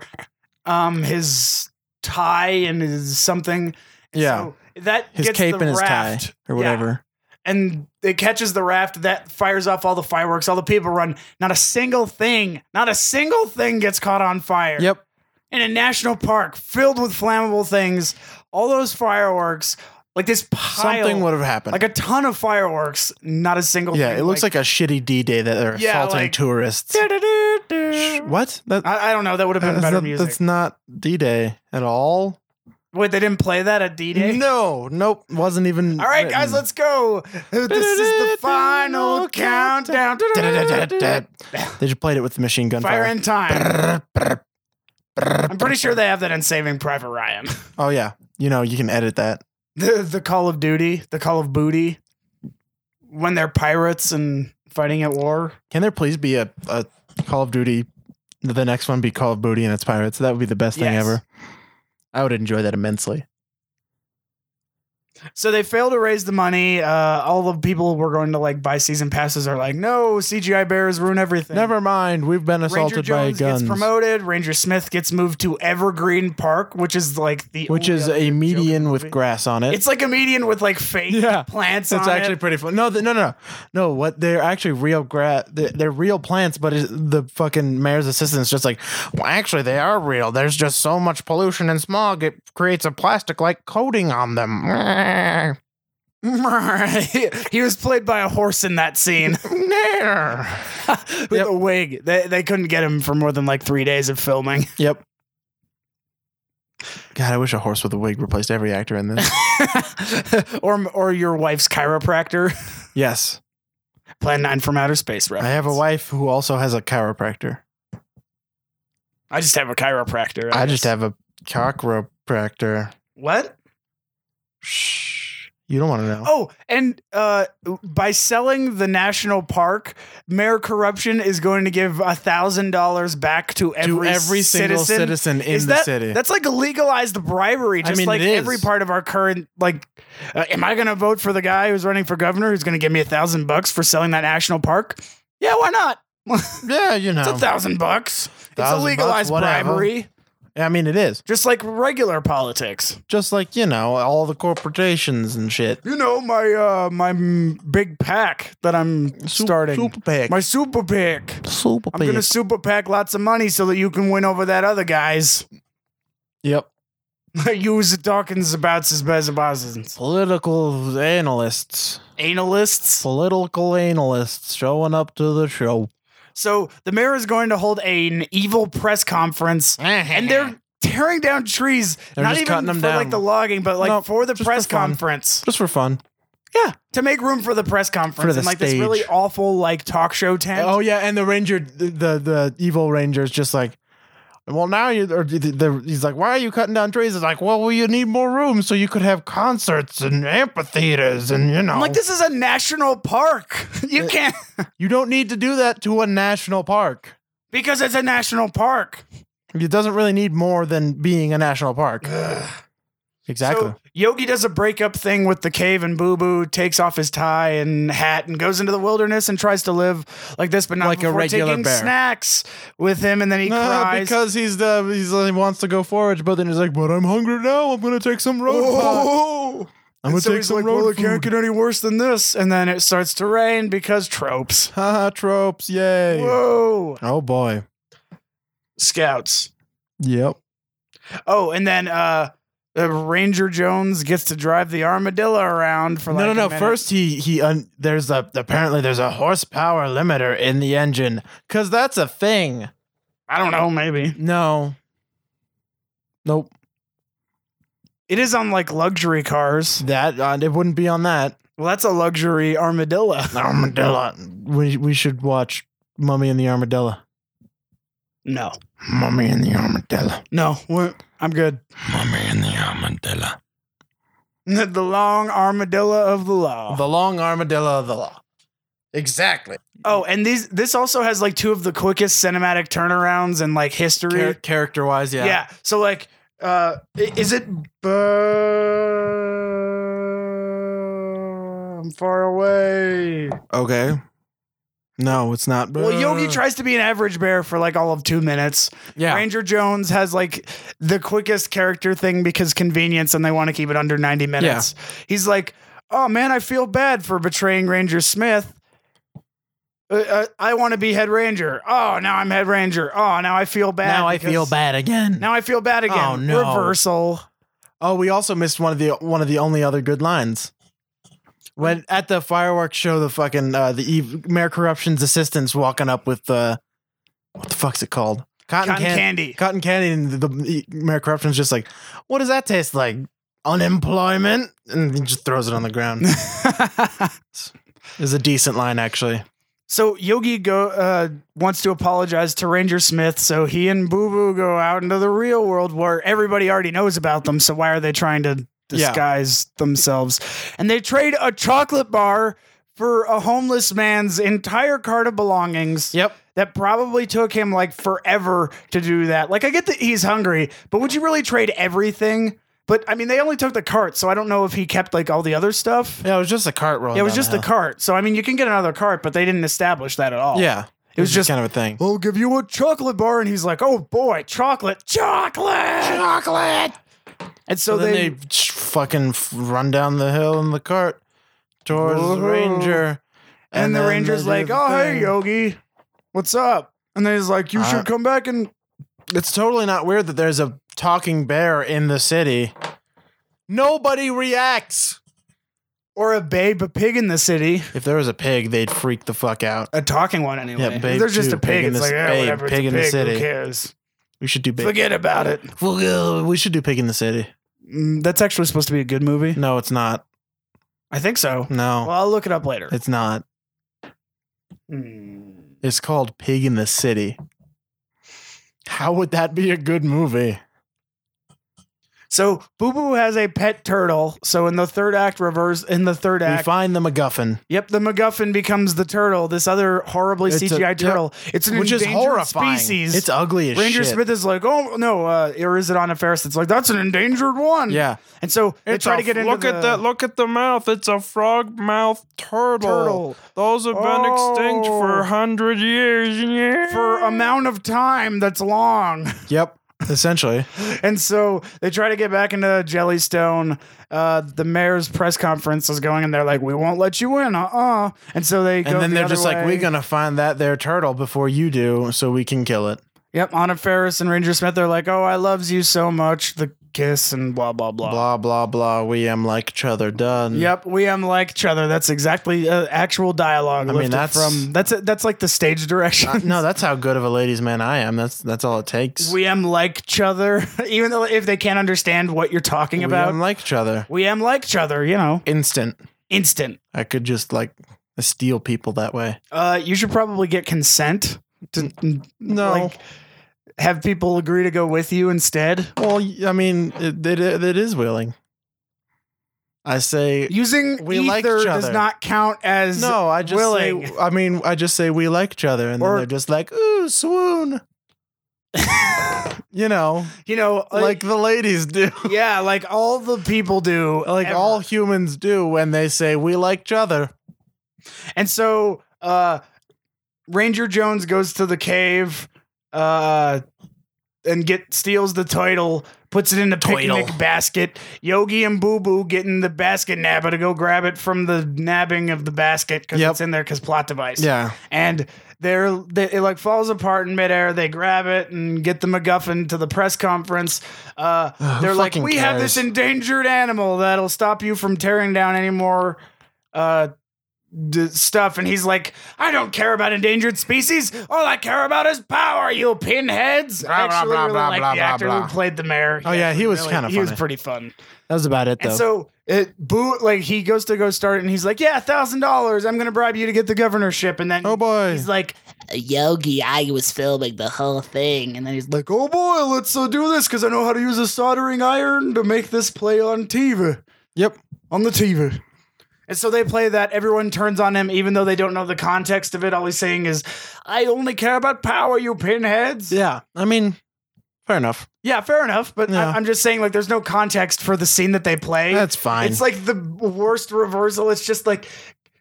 um, his tie and his something. And
Yeah.
so that
his
gets
cape
the
and his tie
raft, Yeah.
or whatever.
and it catches the raft. That fires off all the fireworks. All the people run. Not a single thing. Not a single thing gets caught on fire.
Yep.
in a national park filled with flammable things, all those fireworks, like this pile,
Something would have happened.
like a ton of fireworks, not a single.
yeah,
thing,
it looks like, a shitty D Day that they're
Yeah,
assaulting
like-
tourists. Sh- What? That,
I, I don't know. That would have been
that's,
better
not,
music.
that's not D Day at all.
Wait, they didn't play that at D-Day.
No, nope, wasn't even.
All right, guys,
written.
let's go. This is the final countdown. (laughs)
They just played it with the machine gun
Fire
fire.
in time. I'm pretty sure they have that in Saving Private Ryan.
Oh yeah, you know you can edit that.
the the Call of Duty, the Call of Booty, when they're pirates and fighting at war.
Can there please be a, a Call of Duty? The next one be Call of Booty and its pirates. That would be the best thing
Yes.
ever. I would enjoy that immensely.
So they fail to raise the money. Uh, all the people who were going to like buy season passes are like, no, CGI bears ruin everything.
Never mind, we've been
Ranger
assaulted by
Jones
guns,
gets promoted. Ranger Smith gets moved to Evergreen Park, which is like the
which
only
is
other
a
good
median
Joker
with
movie.
grass on it.
It's like a median with like fake
Yeah.
plants.
It's
on
actually
it.
pretty fun. No, th- no, no, no, no. What they're actually real gra- they're, they're real plants, but it's, the fucking mayor's assistant's just like, well, actually, they are real. There's just so much pollution and smog, it creates a plastic-like coating on them. (laughs)
(laughs) he was played by a horse in that scene with
Yep.
a wig. They they couldn't get him for more than like three days of filming. (laughs)
yep. God, I wish a horse with a wig replaced every actor
(laughs)
in this.
or or your wife's chiropractor.
yes,
Plan nine from outer space.
I
Reference.
have a wife who also has a chiropractor.
I just have a chiropractor.
I just
guess.
have a chiropractor.
what?
Shh, you don't want to know.
Oh, and uh, by selling the national park, Mayor Corruption is going to give a thousand dollars back to every,
to every
citizen.
single citizen in
Is
the
that-
city.
That's like legalized bribery,
I
just
mean,
like
it is.
every part of our current. Like, uh, am I going to vote for the guy who's running for governor who's going to give me a thousand bucks for selling that national park? Yeah, why not?
yeah, you
It's
know.
a thousand bucks. It's a
Thousand
legalized
bucks, whatever.
bribery,
I mean, it is
just like regular politics.
just like you know all the corporations and shit.
You know my uh my mm, big pack that I'm
Sup-
starting.
super PAC,
My super pack.
super
I'm gonna
PAC.
super pack lots of money so that you can win over that other guys. (laughs)
Yep,
you was talking about his bezabazins.
political analysts,
Analists.
political analysts showing up to the show.
So the mayor is going to hold an evil press conference, and
(laughs)
they're tearing down trees.
They're
not
just
even
cutting them
for
down.
like the logging, but like
No,
for the
just for
press
fun.
conference.
just for fun.
Yeah, to make room for the press conference
For the
and like this
stage.
really awful like talk show tent.
Oh yeah, and the ranger, the the, the evil ranger's just like. Well, now you or the, the, he's like, why are you cutting down trees? It's like, well, well, you need more room so you could have concerts and amphitheaters and you know.
I'm like, this is a national park. (laughs)
Uh,
you can't
You don't need to do that to a national park.
because it's a national park.
It doesn't really need more than being a national park. Exactly.
So Yogi does a breakup thing with the cave, and Boo Boo takes off his tie and hat and goes into the wilderness and tries to live like this, but not
Like a
before
regular
taking
bear.
snacks with him, and then he
No,
cries.
because he's the he's he wants to go forage, but then he's like, "But I'm hungry now. I'm gonna take some road. pot. I'm
And
gonna
Oh. so
take
he's
some
like,
road
well, it
food."
can't get any worse than this. And then it starts to rain because tropes.
Haha, tropes, yay!
Whoa.
Oh boy.
Scouts.
Yep.
Oh, and then uh, uh, Ranger Jones gets to drive the armadillo around for like
no,
a
no, no.
minute.
First, he he un- there's a apparently there's a horsepower limiter in the engine because that's a thing.
I don't know, maybe
No. Nope.
it is on like luxury cars.
That uh, it wouldn't be on that.
Well, that's a luxury armadillo.
(laughs) Armadillo. We we should watch Mummy and the Armadillo.
No,
Mummy and the Armadillo.
no, we're- I'm good. (laughs)
Mummy and the Armadillo.
the long armadillo of Oh. the law.
The long armadillo of the law. Exactly.
oh, and these this also has like two of the quickest cinematic turnarounds in like history.
character wise, yeah.
yeah. So like, uh, i- is it? Uh, I'm far away.
Okay. No, it's not.
Well, Yogi tries to be an average bear for like all of two minutes.
Yeah.
Ranger Jones has like the quickest character thing because convenience and they want to keep it under 90 minutes. He's like, oh man, I feel bad for betraying Ranger Smith. Uh, uh, I want to be head ranger. Oh, now I'm head ranger. Oh, now I feel bad.
now I
because-
feel bad again.
Now I feel bad again.
Oh, no.
Reversal.
oh, we also missed one of the one of the only other good lines. When at the fireworks show, the fucking uh, the ev- mayor corruption's assistants walking up with the what the fuck's it called? Cotton,
Cotton
can-
candy.
Cotton candy, and the, the mayor corruption's just like, what does that taste like? Unemployment, and he just throws it on the
(laughs)
ground. (laughs) is a decent line actually.
So Yogi go uh, wants to apologize to Ranger Smith. So he and Boo Boo go out into the real world where everybody already knows about them. So why are they trying to
Yeah.
disguise themselves? And they trade a chocolate bar for a homeless man's entire cart of belongings.
Yep.
That probably took him like forever to do that. Like I get that he's hungry, but would you really trade everything? But I mean, they only took the cart, so I don't know if he kept like all the other stuff.
Yeah, it was just a cart roll.
Yeah, it was just the cart. So I mean, you can get another cart, but they didn't establish that at all.
Yeah.
It was just,
kind of a thing.
I'll give you a chocolate bar. And he's like, oh boy, chocolate, chocolate, chocolate. And so,
So, then
they,
they, sh- fucking f- run down the hill in the cart towards the ranger.
and, the
then
ranger's
they
like,
do the
oh, hey,
thing.
Yogi, what's up? And then he's like, you
Uh,
should come back and.
It's totally not weird that there's a talking bear in the city. Nobody reacts.
Or a babe, a pig in the city,
If there was a pig, they'd freak the fuck out.
a talking one anyway.
Yeah,
If
babe
There's just
too,
a
pig
pig.
in
It's
the-
like, yeah,
babe,
whatever. it's
pig in
a
the
pig.
city.
Who cares?
We should do pig.
Forget about it.
We should do pig in the city.
Mm, that's actually supposed to be a good movie.
No, it's not.
I think so. Well,
No,
I'll look it up later.
it's not.
Mm.
It's called Pig in the City. How would that be a good movie?
So Boo Boo has a pet turtle. So in the third act, reverse in the third
We
act,
find the MacGuffin,
Yep, the MacGuffin becomes the turtle. This other horribly
It's a-
CGI
yep.
turtle. It's an
which is
endangered
horrifying.
species.
It's ugly as
Ranger
shit.
Smith is like, oh no, uh, or is it on a Ferris? It's like that's an endangered one.
yeah,
and so they try to get into the
Look at the mouth. It's a frog mouth turtle.
turtle Oh.
Those have
been extinct for a
hundred years.
for amount of time that's long.
Yep,
(laughs)
essentially.
And so they try to get back into Jellystone. Uh, the mayor's press conference is going, and they're like, "We won't let you in." Uh uh And so they go.
and then
the
they're
other
just like,
way.
"We're gonna find that there turtle before you do, so we can kill it."
Yep, Anna Ferris and Ranger Smith. They're like, "Oh, I loves you so much." The kiss and blah blah blah.
Blah blah blah. We am like each other. Done.
Yep, we am like each other. That's exactly uh, actual dialogue.
I mean,
lifted
that's-
from that's that's like the stage direction.
(laughs) Uh, no, that's how good of a ladies' man I am. That's that's all it takes.
(laughs) we am like each other, (laughs) even though if they can't understand what you're talking about.
we am like each other.
we am like each other, you know,
Instant.
instant.
I could just like steal people that way.
Uh, you should probably get consent to
No.
like have people agree to go with you instead.
well, I mean, it, it, it is willing. I say
Using
We
either
like each
does
other.
not count as
no. I just
willing.
say. I mean, I just say we like each other, and
Or-
then they're just like, ooh, swoon. you know,
You know,
like the ladies do. (laughs)
(laughs) yeah, like all the people do,
Like
ever.
all humans do when they say we like each other.
And so uh Ranger Jones goes to the cave uh and get steals the title, puts it in the
Toidle.
picnic basket. Yogi and Boo Boo get in the basket nabba to go grab it from the nabbing of the basket because
Yep.
it's in there because plot device.
Yeah.
And they're they, it like falls apart in midair. They grab it and get the MacGuffin to the press conference. Uh,
Ugh, who
they're like,
fucking
we have
cares?"
this endangered animal that'll stop you from tearing down any more uh, d- stuff. And he's like, I don't care about endangered species. All I care about is power, you pinheads. I
Blah, blah,
actually
blah,
really
blah,
like
blah,
the
blah,
actor
blah.
who played the mayor.
Oh, yeah,
actually
he was kinda
He was
funny.
pretty fun.
That was about it though.
And so it boo like he goes to go start it, and he's like, Yeah, thousand dollars, I'm gonna bribe you to get the governorship. And then
oh boy.
he's like,
Yogi, I was filming the whole thing, and then he's like,
like, oh boy, let's uh, do this because I know how to use a soldering iron to make this play on TV.
Yep.
On the TV. And so they play that. Everyone turns on him, even though they don't know the context of it. All he's saying is, I only care about power, you pinheads. Yeah,
Yeah. I mean, fair enough.
fair enough. But
Yeah.
I- am just saying, like, there's no context for the scene that they play.
That's fine.
It's like the worst reversal. It's just like,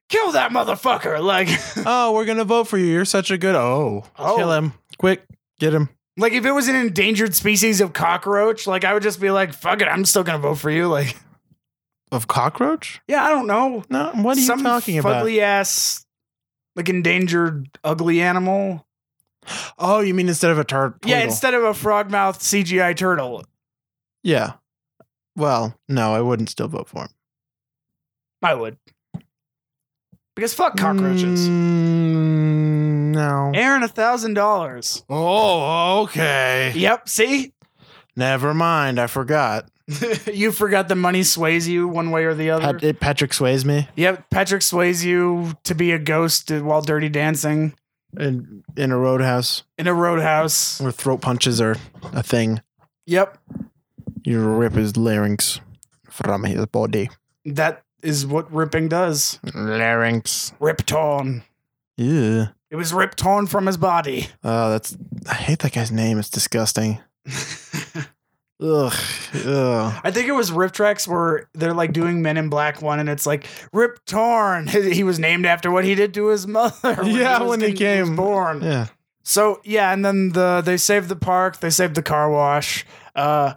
kill that motherfucker. (laughs) Like,
oh, we're gonna vote for you. You're such a good. Oh,
Oh.
kill him quick. Get him.
like if it was an endangered species of cockroach, like I would just be like, fuck it, I'm still gonna vote for you. Like,
Of cockroach?
yeah, I don't know.
No. What are you
Some
talking about?
Fugly ass, like endangered ugly animal.
Oh, you mean instead of a turd?
Yeah, instead of a frog mouth CGI turtle.
Yeah. Well, no, I wouldn't still vote for him.
I would. Because fuck cockroaches.
Mm, no.
Aaron, a thousand dollars. (laughs)
Oh, okay.
Yep. See, (laughs)
Never mind. I forgot.
you forgot the money sways you one way or the other.
Pat- it- Patrick sways me
yep. Patrick sways you to be a ghost while dirty dancing
in, in a roadhouse
in a roadhouse.
where throat punches are a thing.
Yep.
You rip his larynx from his body.
That is what ripping does.
Larynx.
Rip torn.
Yeah.
It was ripped torn from his body.
Oh, that's. I hate that guy's name.
(laughs)
It's disgusting. Ugh. Ugh.
I think it was Rip Tracks where they're like doing Men in Black one, and it's like Rip Torn. (laughs) He was named after what he did to his mother. (laughs)
Yeah,
was
when he
con- was
came.
born.
Yeah.
So yeah, and then the they saved the park, they saved the car wash. Uh,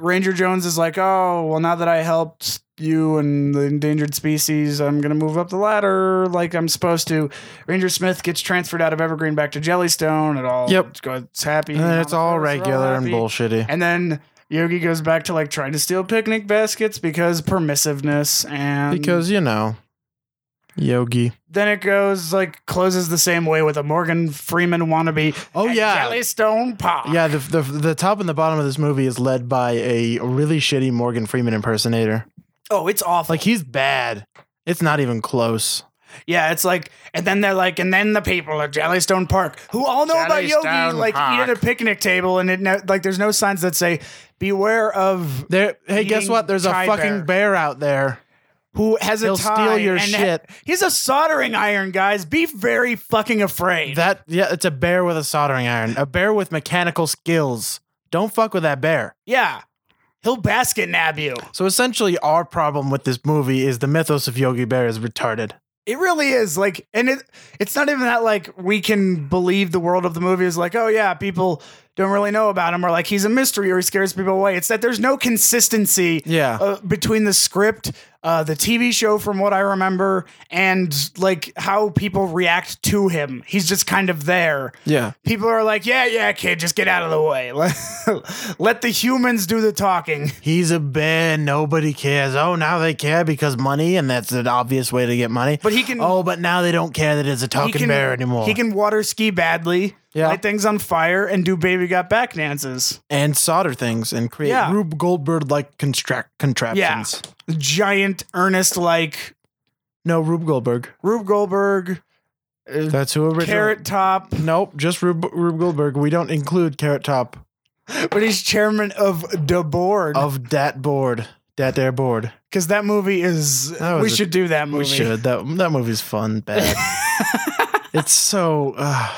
Ranger Jones is like, oh well, now that I helped you and the endangered species, I'm gonna move up the ladder like I'm supposed to. Ranger Smith gets transferred out of Evergreen back to Jellystone. It all
Yep.
it's, good, it's happy.
And it's all
We're
regular and
happy.
bullshitty.
And then Yogi goes back to like trying to steal picnic baskets because permissiveness and
Because, you know, Yogi.
then it goes like closes the same way with a Morgan Freeman wannabe.
Oh,
at
yeah.
Jellystone Park.
Yeah, the, the the top and the bottom of this movie is led by a really shitty Morgan Freeman impersonator.
Oh, it's awful.
Like he's bad. It's not even close.
yeah, it's like, and then they're like, and then the people of Jellystone Park, who all know about Yogi,
Jellystone
like eat at a
Park.
picnic table, and it no, like there's no signs that say beware of
There. Hey, guess
Eating
what? There's a
Thai
fucking bear. out there.
who has a
He'll
tie
steal your
and ha-
shit.
(laughs) he's a soldering iron, guys. Be very fucking afraid.
That yeah, it's a bear with a soldering iron. A bear with mechanical skills. Don't fuck with that bear.
yeah, he'll basket nab you.
So essentially, our problem with this movie is the mythos of Yogi Bear is retarded.
It really is like, and it it's not even that like we can believe the world of the movie is like, oh yeah, people don't really know about him or like he's a mystery or he scares people away. It's that there's no consistency
Yeah.
uh, between the script, uh, the TV show from what I remember, and like how people react to him. He's just kind of there.
Yeah.
People are like, yeah, yeah, kid, just get out of the way. (laughs) Let, let the humans do the talking.
He's a bear. Nobody cares. Oh, now they care because money, and that's an obvious way to get money.
But he can.
oh, but now they don't care that it's a
he
talking
can
bear anymore.
He can water ski badly,
Oh. Yeah.
light things on fire, and do baby got back dances.
and solder things and create
Yeah.
Rube Goldberg like contract contraptions.
giant Ernest like
No, Rube Goldberg.
Rube Goldberg, uh,
That's who originally.
Carrot Top,
Nope, just Rube, Rube Goldberg. We don't include Carrot Top
but he's chairman of the board
of Dat Board. Dat Dare Board.
because that movie is.
That was
we
a-
should do that movie. (laughs)
We should. That that movie's fun. Bad. it's so. Uh,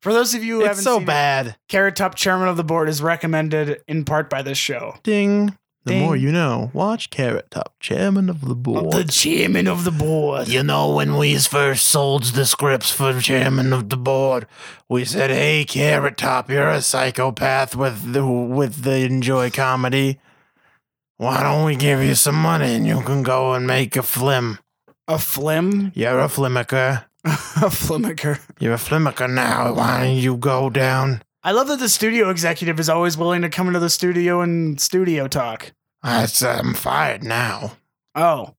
For those of you who haven't
it's so
seen it,
bad.
Carrot Top Chairman of the Board is recommended in part by this show.
Ding. The
Ding.
more you know. Watch Carrot Top, chairman of the board.
chairman of the board.
You know, when we first sold the scripts for chairman of the board, we said, "Hey, Carrot Top, you're a psychopath with the with the enjoy comedy. Why don't we give you some money and you can go and make a flim?
A flim? (laughs)
You're a flimmaker.
a flimmaker.
You're a flimmaker now. Why don't you go down?
I love that the studio executive is always willing to come into the studio and studio talk.
I said, I'm fired now.
Oh.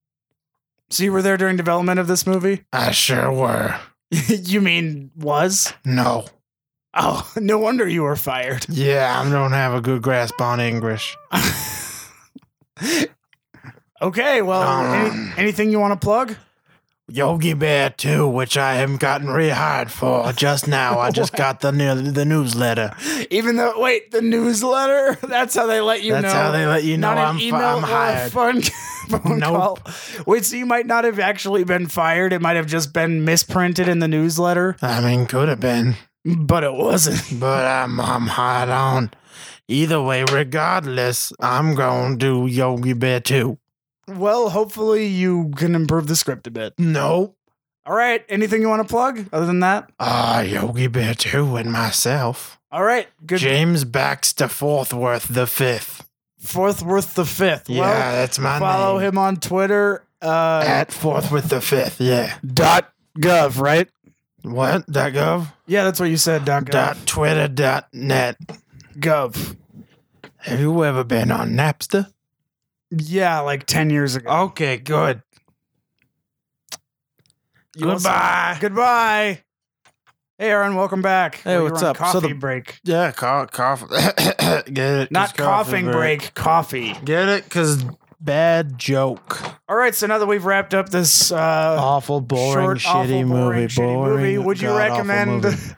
So you were there during development of this movie? (laughs)
I sure were.
you mean was?
No.
Oh, (laughs) no wonder you were fired.
Yeah, I don't have a good grasp on English.
okay, well, any,
Um.
anything you want to plug?
Yogi Bear 2, which I haven't gotten rehired for just now.
(laughs)
I just got the new, the newsletter.
Even though, wait, the newsletter? (laughs) That's how they let you
That's
know.
how they let you know
not
I'm,
an
fi-
email
I'm
or a
hired.
phone, (laughs) phone
Nope.
call. Wait, so you might not have actually been fired. It might have just been misprinted in the newsletter,
I mean, could have been,
but it wasn't. (laughs)
but I'm, I'm hired on. Either way, regardless, I'm going to do Yogi Bear 2.
Well, hopefully you can improve the script a bit.
Nope.
All right, anything you want to plug other than that?
Ah, Yogi Bear 2 and myself.
All right, good.
James Baxter Forthworth the fifth.
Forthworth the fifth.
Yeah,
Well,
that's my
follow
name.
him on Twitter. Uh,
At Forthworth the fifth, yeah.
dot gov, right?
What? Dot gov?
Yeah, that's what you said. Dot gov.
Dot Twitter dot net.
gov.
Have you ever been on Napster?
Yeah, like ten years ago.
Okay, good.
You also-
Goodbye.
Goodbye. Hey, Aaron, welcome back.
Hey,
you were
what's
on
up? So
Coffee
the-
break.
Yeah, cough. cough. (coughs) Get it?
Not
'cause coffee
coughing break. coffee.
Get it? Because bad joke.
All right, so now that we've wrapped up this uh,
awful,
short,
boring, shitty
awful, boring,
movie.
shitty
boring,
movie, would you
god-awful
recommend- (laughs)
movie.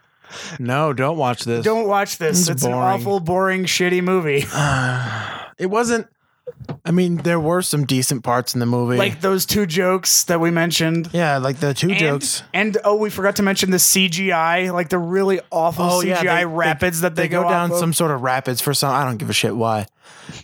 no, don't watch this.
don't watch this.
It's
it's an
boring.
awful, boring, shitty
(laughs)
movie.
it wasn't. I mean, there were some decent parts in the movie.
Like those two jokes that we mentioned.
yeah, like the two
And-
jokes.
And oh, we forgot to mention the CGI, like the really awful
Oh, yeah,
CGI
they-
rapids that
They,
they,
go,
off
down
of.
some sort of rapids for some. I don't give a shit why.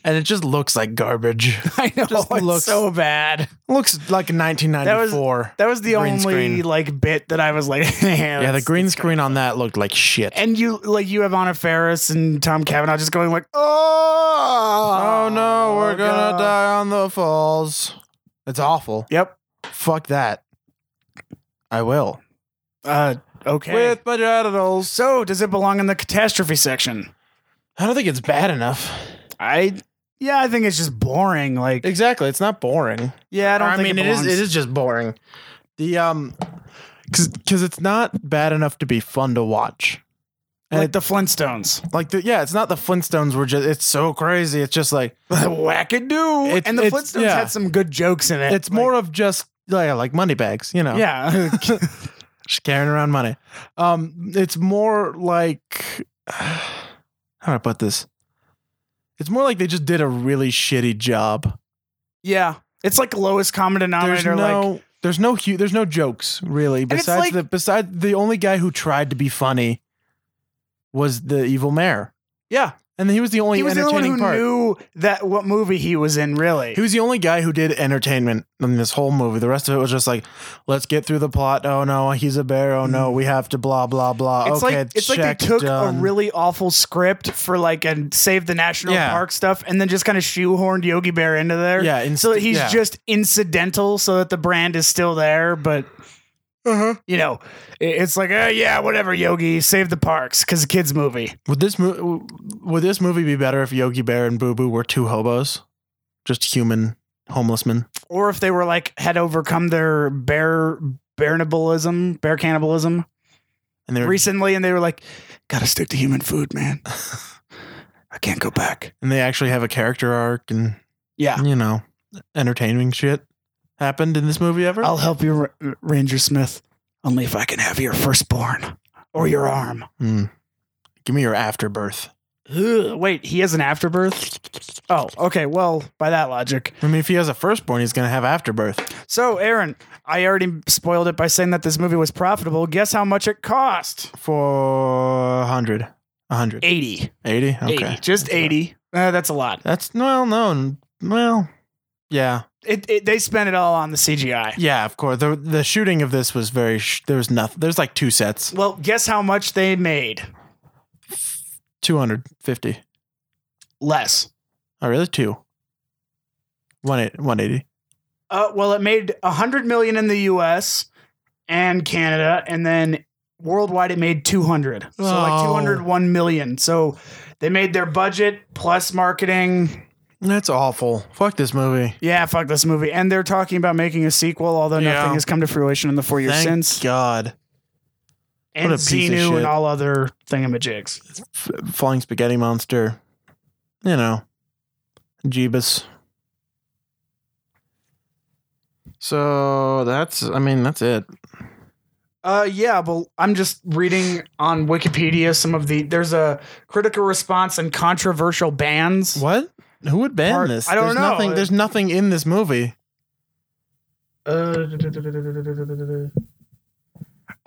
And it just looks
(laughs)
like garbage.
(laughs) I know,
just
Oh, it's
looks-
so bad.
looks like 1994.
That was the
Green
only
screen.
like bit that I was like, (laughs)
yeah, the
that's-
green screen on that looked like shit.
and you like you have Anna Ferris and Tom Cavanaugh just going like, oh,
Oh no, we're
God."
gonna die on the falls. It's awful.
Yep.
Fuck that. I will.
Uh, okay.
With my genitals.
so does it belong in the catastrophe section?
I don't think it's bad enough.
I yeah, I think it's just boring. Like
Exactly. It's not boring.
yeah, I don't.
I,
think
mean, it is.
belongs-
It is just boring. The um, because it's not bad enough to be fun to watch.
like
it-
the Flintstones. (laughs)
Like the, yeah, it's not the Flintstones. Were just it's so crazy. It's just like
Wackadoo.
It's-
and the
it's-
Flintstones
yeah.
had some good jokes in it.
it's more of just yeah, like money bags. You know. (laughs)
yeah.
just carrying around money. Um, it's more like (sighs) how do I put this? It's more like they just did a really shitty job.
yeah. It's like lowest common
There's
denominator.
no,
like
there's no, hu- there's no jokes really.
it's
Besides
like-
the, besides the only guy who tried to be funny was the evil mayor. Yeah, and he was the only
he was the only
entertaining
one who
part.
knew that what movie he was in. Really.
He was the only guy who did entertainment in this whole movie. The rest of it was just like, let's get through the plot. Oh no, he's a bear. Oh no, we have to blah blah blah.
Mm. It's
Uh, okay,
like it's like
check,
they took a
done.
really awful script for like and save the national
Yeah.
park stuff, and then just kind of shoehorned Yogi Bear into there.
Yeah, and
so that he's
yeah.
just incidental, so that the brand is still there. But
Uh-huh.
you know, i- it's like, oh yeah, whatever, Yogi, save the parks because kids movie.
Would this mo- would this movie be better if Yogi Bear and Boo Boo were two hobos, just human homeless men?
Or if they were like had overcome their bear bearnibalism, bear cannibalism
And they were,
recently, and they were like, gotta stick to human food,
(laughs)
man. I can't go back.
and they actually have a character arc and
Yeah.
you know, entertaining shit happened in this movie ever.
I'll help you, R- Ranger Smith, only if I can have your firstborn or your arm.
Hmm. Give me your afterbirth.
Ugh, wait, he has an afterbirth? Oh, okay. Well, by that logic.
I mean, if he has a firstborn, he's going to have afterbirth.
So, Aaron, I already spoiled it by saying that this movie was profitable. Guess how much it cost?
For 100. 100.
80.
80? Okay.
80. Just 80. Uh, that's a lot.
That's, well, no. Well, yeah.
It, it, they spent it all on the CGI.
Yeah, of course. The, the shooting of this was very, sh- there was nothing. There's like two sets.
Well, guess how much they made?
250.
Less.
Oh, really? Two. One eight, 180.
Uh, well, it made 100 million in the US and Canada, and then worldwide it made 200. So, like
Oh.
201 million. So, they made their budget plus marketing.
That's awful. Fuck this movie.
Yeah, fuck this movie. And they're talking about making a sequel, although
Yeah.
nothing has come to fruition in the four years
Thank
since.
God.
And
a piece of
Xenu
shit.
and all other thingamajigs.
F- Falling spaghetti monster. You know, Jeebus. So that's, I mean, that's it.
Uh, yeah, but I'm just reading on Wikipedia some of the. There's a critical response and controversial bans.
What? Who would ban
Part-
this?
I don't
there's
know.
Nothing, there's nothing in this movie.
Uh,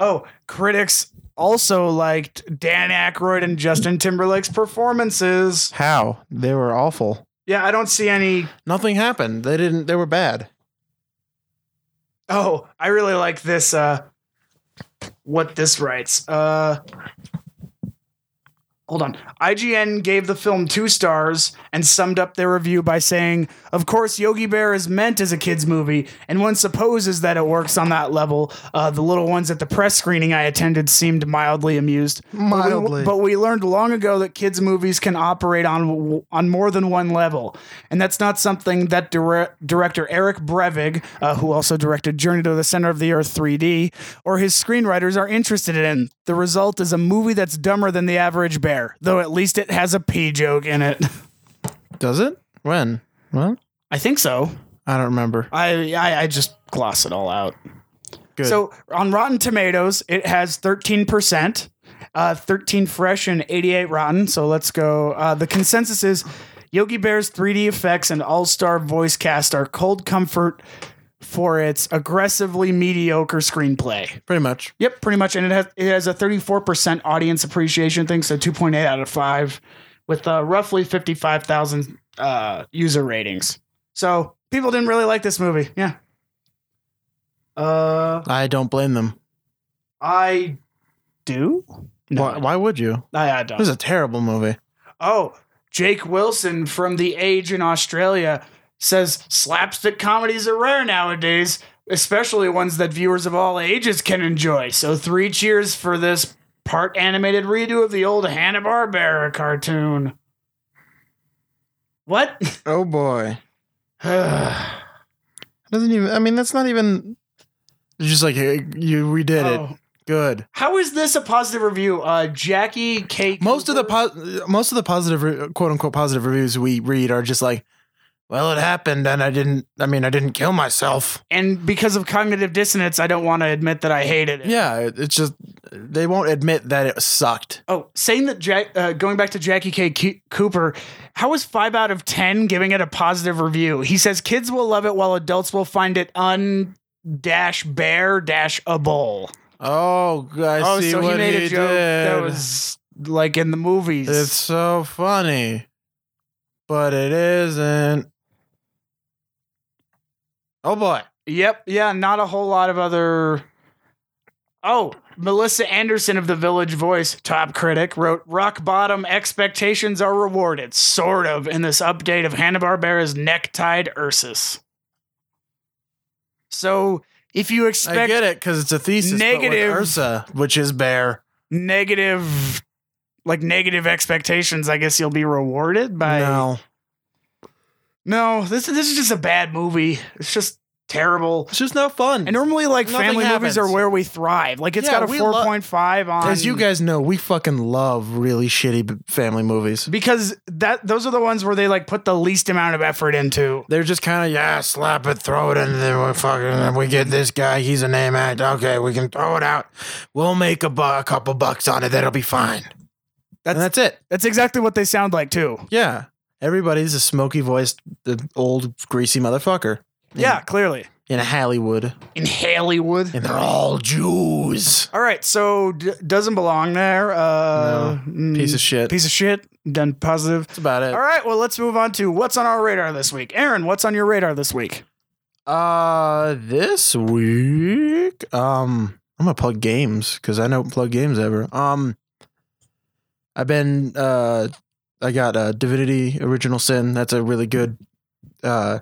oh, critics also liked Dan Aykroyd and Justin Timberlake's performances.
How? They were awful.
Yeah, I don't see any.
Nothing happened. They didn't. They were bad.
Oh, I really like this. Uh, what this writes. Uh, hold on. IGN gave the film two stars and summed up their review by saying, "Of course, Yogi Bear is meant as a kids' movie, and one supposes that it works on that level. Uh, the little ones at the press screening I attended seemed mildly amused. But we- But we, learned long ago that kids' movies can operate on on more than one level, and that's not something that dire- director Eric Brevig, uh, who also directed Journey to the Center of the Earth 3D, or his screenwriters are interested in. The result is a movie that's dumber than the average bear, though at least it has a pee joke in it. (laughs)
Does it? When? What?
I think so.
I don't remember.
I I, I just gloss it all out.
Good.
So on Rotten Tomatoes, it has 13%, uh, 13 fresh and 88 rotten. So let's go. Uh, the consensus is Yogi Bear's 3D effects and all star voice cast are cold comfort for its aggressively mediocre screenplay.
pretty much.
Yep, pretty much. And it has, it has a 34% audience appreciation thing. So 2.8 out of 5 with uh, roughly 55,000 uh, user ratings. So people didn't really like this movie. Yeah. Uh,
I don't blame them.
I do. No,
Why, why would you?
I, I
This
don't.
is a terrible movie.
Oh, Jake Wilson from The Age in Australia says slapstick comedies are rare nowadays, especially ones that viewers of all ages can enjoy. So three cheers for this part animated redo of the old Hanna Barbera cartoon. What? (sighs)
Oh boy.
oh,
Doesn't even. I mean, that's not even. It's just like hey, you redid
Oh.
it. Good.
how is this a positive review? Uh, Jackie K.
Most of the
Cooper-
po- most of the positive re- quote unquote positive reviews we read are just like, well, it happened, and I didn't. I mean, I didn't kill myself.
and because of cognitive dissonance, I don't want to admit that I hated it.
Yeah, it- it's just they won't admit that it sucked.
Oh, saying that Jack, uh, going back to Jackie K. Cu- Cooper, how is five out of 10 giving it a positive review? He says kids will love it while adults will find it un dash bear dash a bowl.
Oh, I
oh,
see
so
what
he made
he
a joke that
did.
was like in the movies.
It's so funny, but it isn't. Oh boy.
yep. Yeah. Not a whole lot of other. Oh, Melissa Anderson of The Village Voice, top critic, wrote Rock Bottom Expectations Are Rewarded, sort of, in this update of Hanna-Barbera's Necktied Ursus. So if you
I get
expect
it because it's a thesis. but with
negative-
Ursa, which is bear.
negative, like negative expectations, I guess you'll be rewarded by.
no,
No, this, this is just a bad movie. It's just terrible.
it's just not fun.
And normally, like
Nothing
family movies
happens.
are where we thrive. Like it's
Yeah,
got a
we lo-
four point five on.
as you guys know, we fucking love really shitty b- family movies.
because that those are the ones where they like put the least amount of effort into.
They're just kind of yeah, slap it, throw it in, then we fucking and we get this guy. He's a name act. Okay, we can throw it out. We'll make a, bu- a couple bucks on it. That'll be fine. and
That's
that's it.
that's exactly what they sound like too.
Yeah. Everybody's a smoky voiced, the old greasy motherfucker. in-
Yeah, clearly.
In Hollywood.
In Hollywood.
And they're all Jews.
All right, so d- doesn't belong there. Uh, mm,
Piece of shit. Uh,
piece of shit. Done positive.
That's about it.
All right, well, let's move on to what's on our radar this week. Aaron, what's on your radar this week?
Uh, this week, um, I'm gonna plug games because I don't plug games ever. Um, I've been uh, I got uh, Divinity Original Sin. That's a really good uh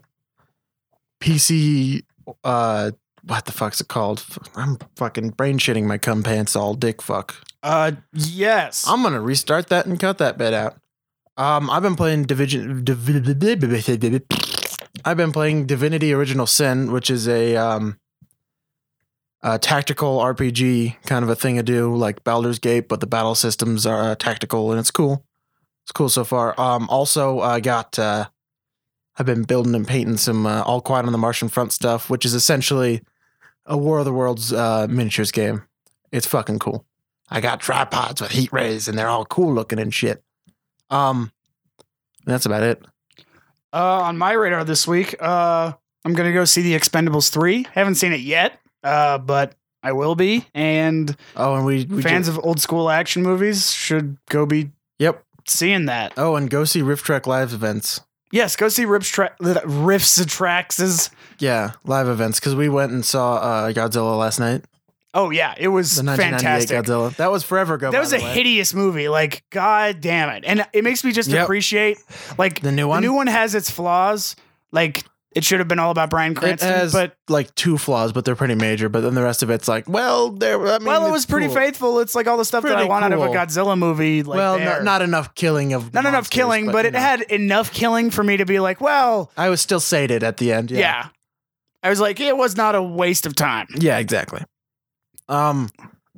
PC uh what the fuck's it called? I'm fucking brain shitting my cum pants all dick fuck.
Uh, yes.
I'm gonna restart that and cut that bit out. Um, I've been playing Division. Divi- I've been playing Divinity: Original Sin, which is a um, a tactical RPG kind of a thing to do, like Baldur's Gate, but the battle systems are uh, tactical, and it's cool. It's cool so far. Um, also, I got. Uh, I've been building and painting some uh, All Quiet on the Martian Front stuff, which is essentially a War of the Worlds uh, miniatures game. It's fucking cool. I got tripods with heat rays, and they're all cool looking and shit. Um, that's about it.
Uh, on my radar this week, uh, I'm gonna go see The Expendables three. Haven't seen it yet, uh, but I will be. And
Oh, and we, we
fans
ju-
of old school action movies should go be
yep.
seeing that.
Oh, and go see Rift Trek live events.
Yes, go see Rips Tra- Riffs Atraxes.
Yeah, live events because we went and saw uh, Godzilla last night.
Oh yeah, it was
The 1998
fantastic.
Godzilla. That was forever ago.
That
by
was
the
a
way.
hideous movie. Like, god damn it! And it makes me just
Yep.
appreciate like
The new one.
The new one has its flaws. Like it should have been all about Brian Cranston,
it has
but
like two flaws, but they're pretty major. But then the rest of it's like, well, there. I mean,
well, it
it's
was pretty
cool.
faithful. It's like all the stuff that I
Pretty
want out of
cool.
a Godzilla movie. Like
well,
there.
not, not enough killing of
Not enough
monsters,
killing, but,
you
it
know.
had enough killing for me to be like, well,
I was still sated at the end.
yeah.
Yeah.
I was like, it was not a waste of time.
Yeah, exactly. Um.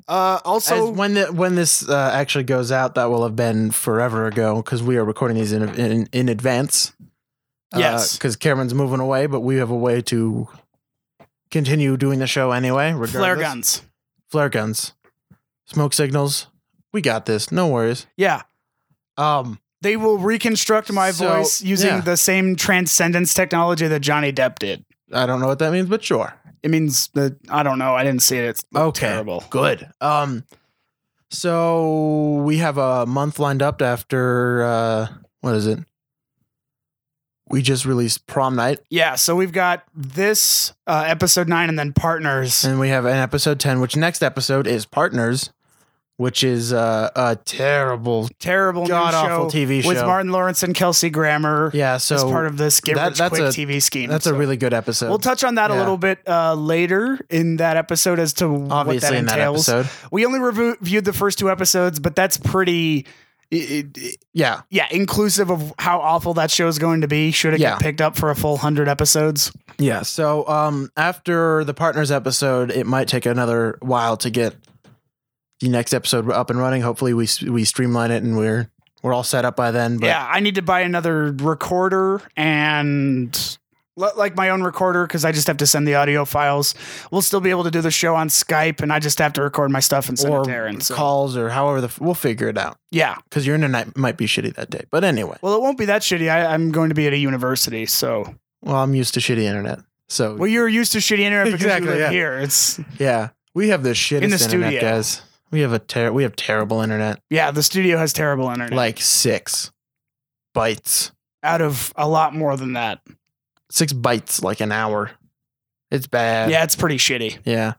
Uh,
So
also,
when the, when this uh, actually goes out, that will have been forever ago because we are recording these in in, in advance.
Yes.
Because Cameron's moving away, but we have a way to continue doing the show anyway.
flare
regardless.
guns.
Flare guns. Smoke signals. We got this. No worries.
Yeah.
Um.
They will reconstruct my
So,
voice using
yeah.
the same transcendence technology that Johnny Depp did.
I don't know what that means, but sure.
It means that I don't know. I didn't see it. It's
Okay.
terrible.
Good. Um, so we have a month lined up after uh, what is it? We just released prom night,
Yeah. So we've got this uh, episode nine, and then partners.
and we have an episode ten, which next episode is partners, which is uh, a terrible,
Terrible
god awful
new show
TV show.
with Martin Lawrence and Kelsey Grammer
yeah,
as
so
part of this get
that-
rich
that's
quick
a-
TV scheme.
that's a
So
really good episode.
We'll touch on that a
yeah.
little bit uh, later in that episode as to
obviously
what that
in that
entails.
episode.
We only reviewed the first two episodes, but that's pretty. It, it,
Yeah,
yeah, inclusive of how awful that show is going to be, should it
Yeah.
get picked up for a full hundred episodes?
Yeah. So um, after the partners episode, it might take another while to get the next episode up and running. Hopefully, we we streamline it and we're we're all set up by then. But
yeah, I need to buy another recorder and li- like my own recorder because I just have to send the audio files. We'll still be able to do the show on Skype, and I just have to record my stuff and send
or
it to Aaron. So.
calls or however the f- we'll figure it out
Yeah.
because your internet might be shitty that day. But anyway,
Well, it won't be that shitty. I, I'm going to be at a university, so
well, I'm used to shitty internet, so
well, you're used to shitty internet because
Exactly,
you live
yeah.
here. It's
yeah, we have the shittest
In the
internet,
studio.
guys. We have a ter- we have terrible internet,
yeah, the studio has terrible internet,
like six bytes,
out of a lot more than that.
six bytes, like an hour. It's bad.
Yeah, it's pretty shitty.
Yeah.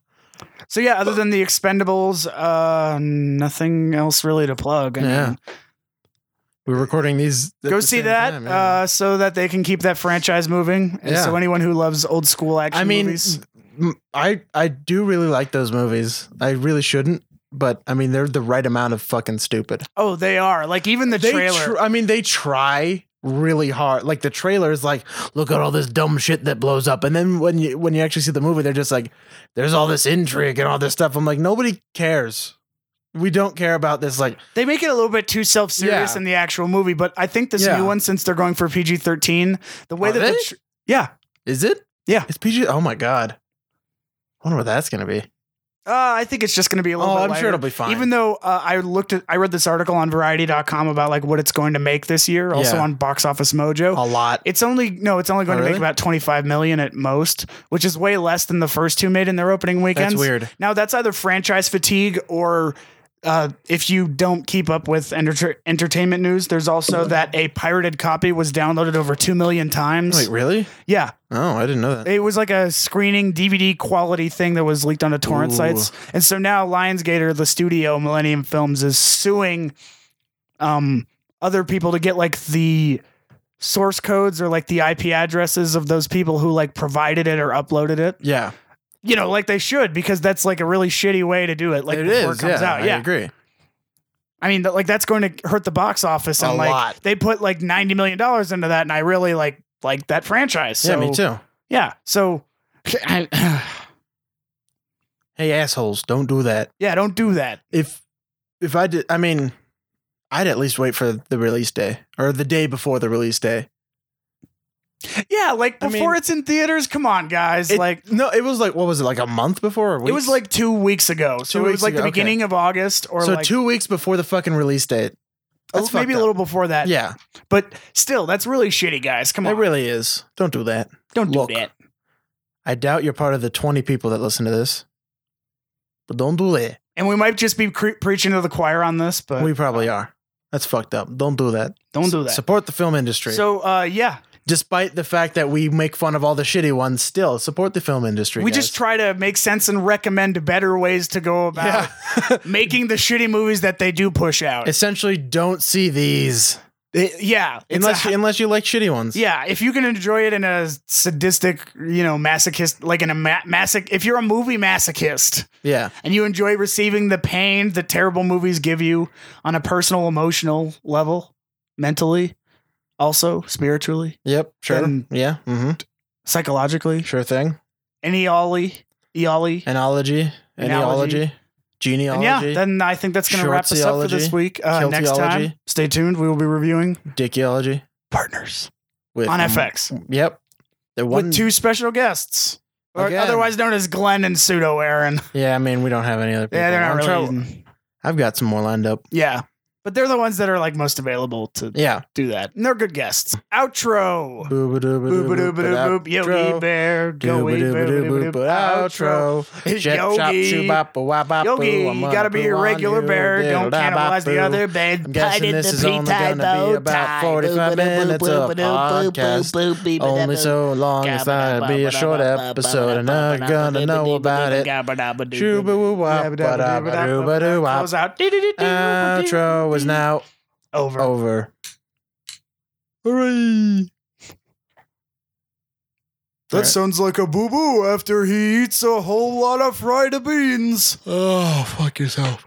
So yeah, other than the Expendables, uh, nothing else really to plug. I
Yeah.
mean,
We're recording these. at
go
the
see
same
that
time, yeah.
uh, so that they can keep that franchise moving. And
Yeah.
So anyone who loves old school action
I mean,
movies,
m- I I do really like those movies. I really shouldn't, but I mean, they're the right amount of fucking stupid.
oh, they are like even the
they
trailer.
tr- I mean, they try really hard. Like the trailer is like, look at all this dumb shit that blows up, and then when you when you actually see the movie, they're just like, there's all this intrigue and all this stuff. I'm like, nobody cares. We don't care about this. Like,
they make it a little bit too self serious
Yeah.
in the actual movie, but I think this
Yeah.
new one, since they're going for PG thirteen, the way
Are
that
they?
the tr- yeah,
is it?
Yeah.
it's PG. Oh my god, I wonder what that's gonna be.
Uh, I think it's just going to be a little.
Oh,
bit
I'm
lighter.
sure it'll be fine.
Even though uh, I looked at, I read this article on Variety.com about like what it's going to make this year. Also
Yeah.
on Box Office Mojo.
a lot.
It's only no, it's only going
Oh,
to make
really?
about 25 million at most, which is way less than the first two made in their opening weekends.
That's weird.
Now that's either franchise fatigue or uh, if you don't keep up with enter- entertainment news, there's also that a pirated copy was downloaded over two million times.
Wait, really?
Yeah,
Oh, I didn't know that.
it was like a screening DVD quality thing that was leaked onto torrent
Ooh.
sites, and so now Lionsgate or the studio Millennium Films is suing um, other people to get like the source codes or like the IP addresses of those people who like provided it or uploaded it.
Yeah,
You know, like they should because that's like a really shitty way to do it. Like
it
before
is.
it comes
yeah,
out,
I
yeah.
agree.
I mean, th- like that's going to hurt the box office.
A
And like
lot.
they put like ninety million dollars into that, and I really like like that franchise. So,
yeah, me too.
Yeah. So (clears throat)
Hey, assholes, don't do that.
yeah, don't do that.
If if I did, I mean, I'd at least wait for the release day or the day before the release day.
Yeah, like
I
before
mean-
it's in theaters. Come on, guys.
It-
like
no, it was like what was it like a month before? Or
it was
weeks?
like two weeks ago. So
Two
it was
weeks
like the
ago, okay.
beginning of August, or
so
like
two weeks before the fucking release date.
oh,
That's
maybe
fucked
a
up.
little before that.
Yeah,
But still, that's really shitty, guys. Come
it
on,
really is. Don't do that.
don't do
look.
that.
I doubt you're part of the 20 people that listen to this, but don't do that.
And we might just be cre- preaching to the choir on this, but
we probably are. That's fucked up. Don't do that.
don't do that.
Support the film industry.
So uh, yeah,
despite the fact that we make fun of all the shitty ones, still support the film industry.
we
guys.
just try to make sense and recommend better ways to go about
yeah.
(laughs) making the shitty movies that they do push out.
essentially don't see these
It- yeah, it's
unless
a-
you, unless you like shitty ones.
Yeah, if you can enjoy it in a sadistic, you know, masochist, like in a ma- masoch, if you're a movie masochist
yeah,
and you enjoy receiving the pain that terrible movies give you on a personal, emotional level, mentally, also spiritually,
yep, sure,
Then-
yeah, hmm
psychologically,
sure thing.
and eoli, eoli,
Analogy,
Analogy.
analogy,
and
genealogy,
yeah, then I think that's going to wrap us up for this
Shortsiology,
week. Uh, next time,
Kiltiology.
stay tuned. We will be reviewing
dickyology
Partners
with
on FX
Yep, the one
with two special guests. Or
Again.
otherwise known as Glenn and Pseudo Aaron.
Yeah, I mean we don't have any other. People.
Yeah, they're not
I'm
really.
trying- I've got some more lined up.
Yeah. But they're the ones that are like most available to
Yeah.
do that. And they're good guests. Outro.
Booba dooba
Boop boop
dooba
boop boop boop. Yogi bear. Joey bear, boop, boop, boop. Outro.
Outro. Chop, chop,
Yogi.
shoop, bop, wop, bop,
Yogi,
boo. I'm
you gotta
gonna
be
boo
a
on
regular
you,
bear. Don't
diddle-da, bop,
cannibalize the
boo.
other bear.
I'm guessing this is only gonna be about 45 minutes of podcast. Only so long as that'd be a short episode, and I'm gonna know about it.
it.
Shoo-ba-woo, wop, ba-da, ba-doo, ba-doo, wop.
Close out.
Outro is now
Over.
over. Hooray! Alright.
sounds like a boo boo after he eats a whole lot of fried beans.
Oh, fuck yourself.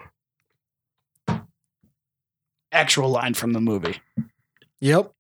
Actual line from the movie.
Yep.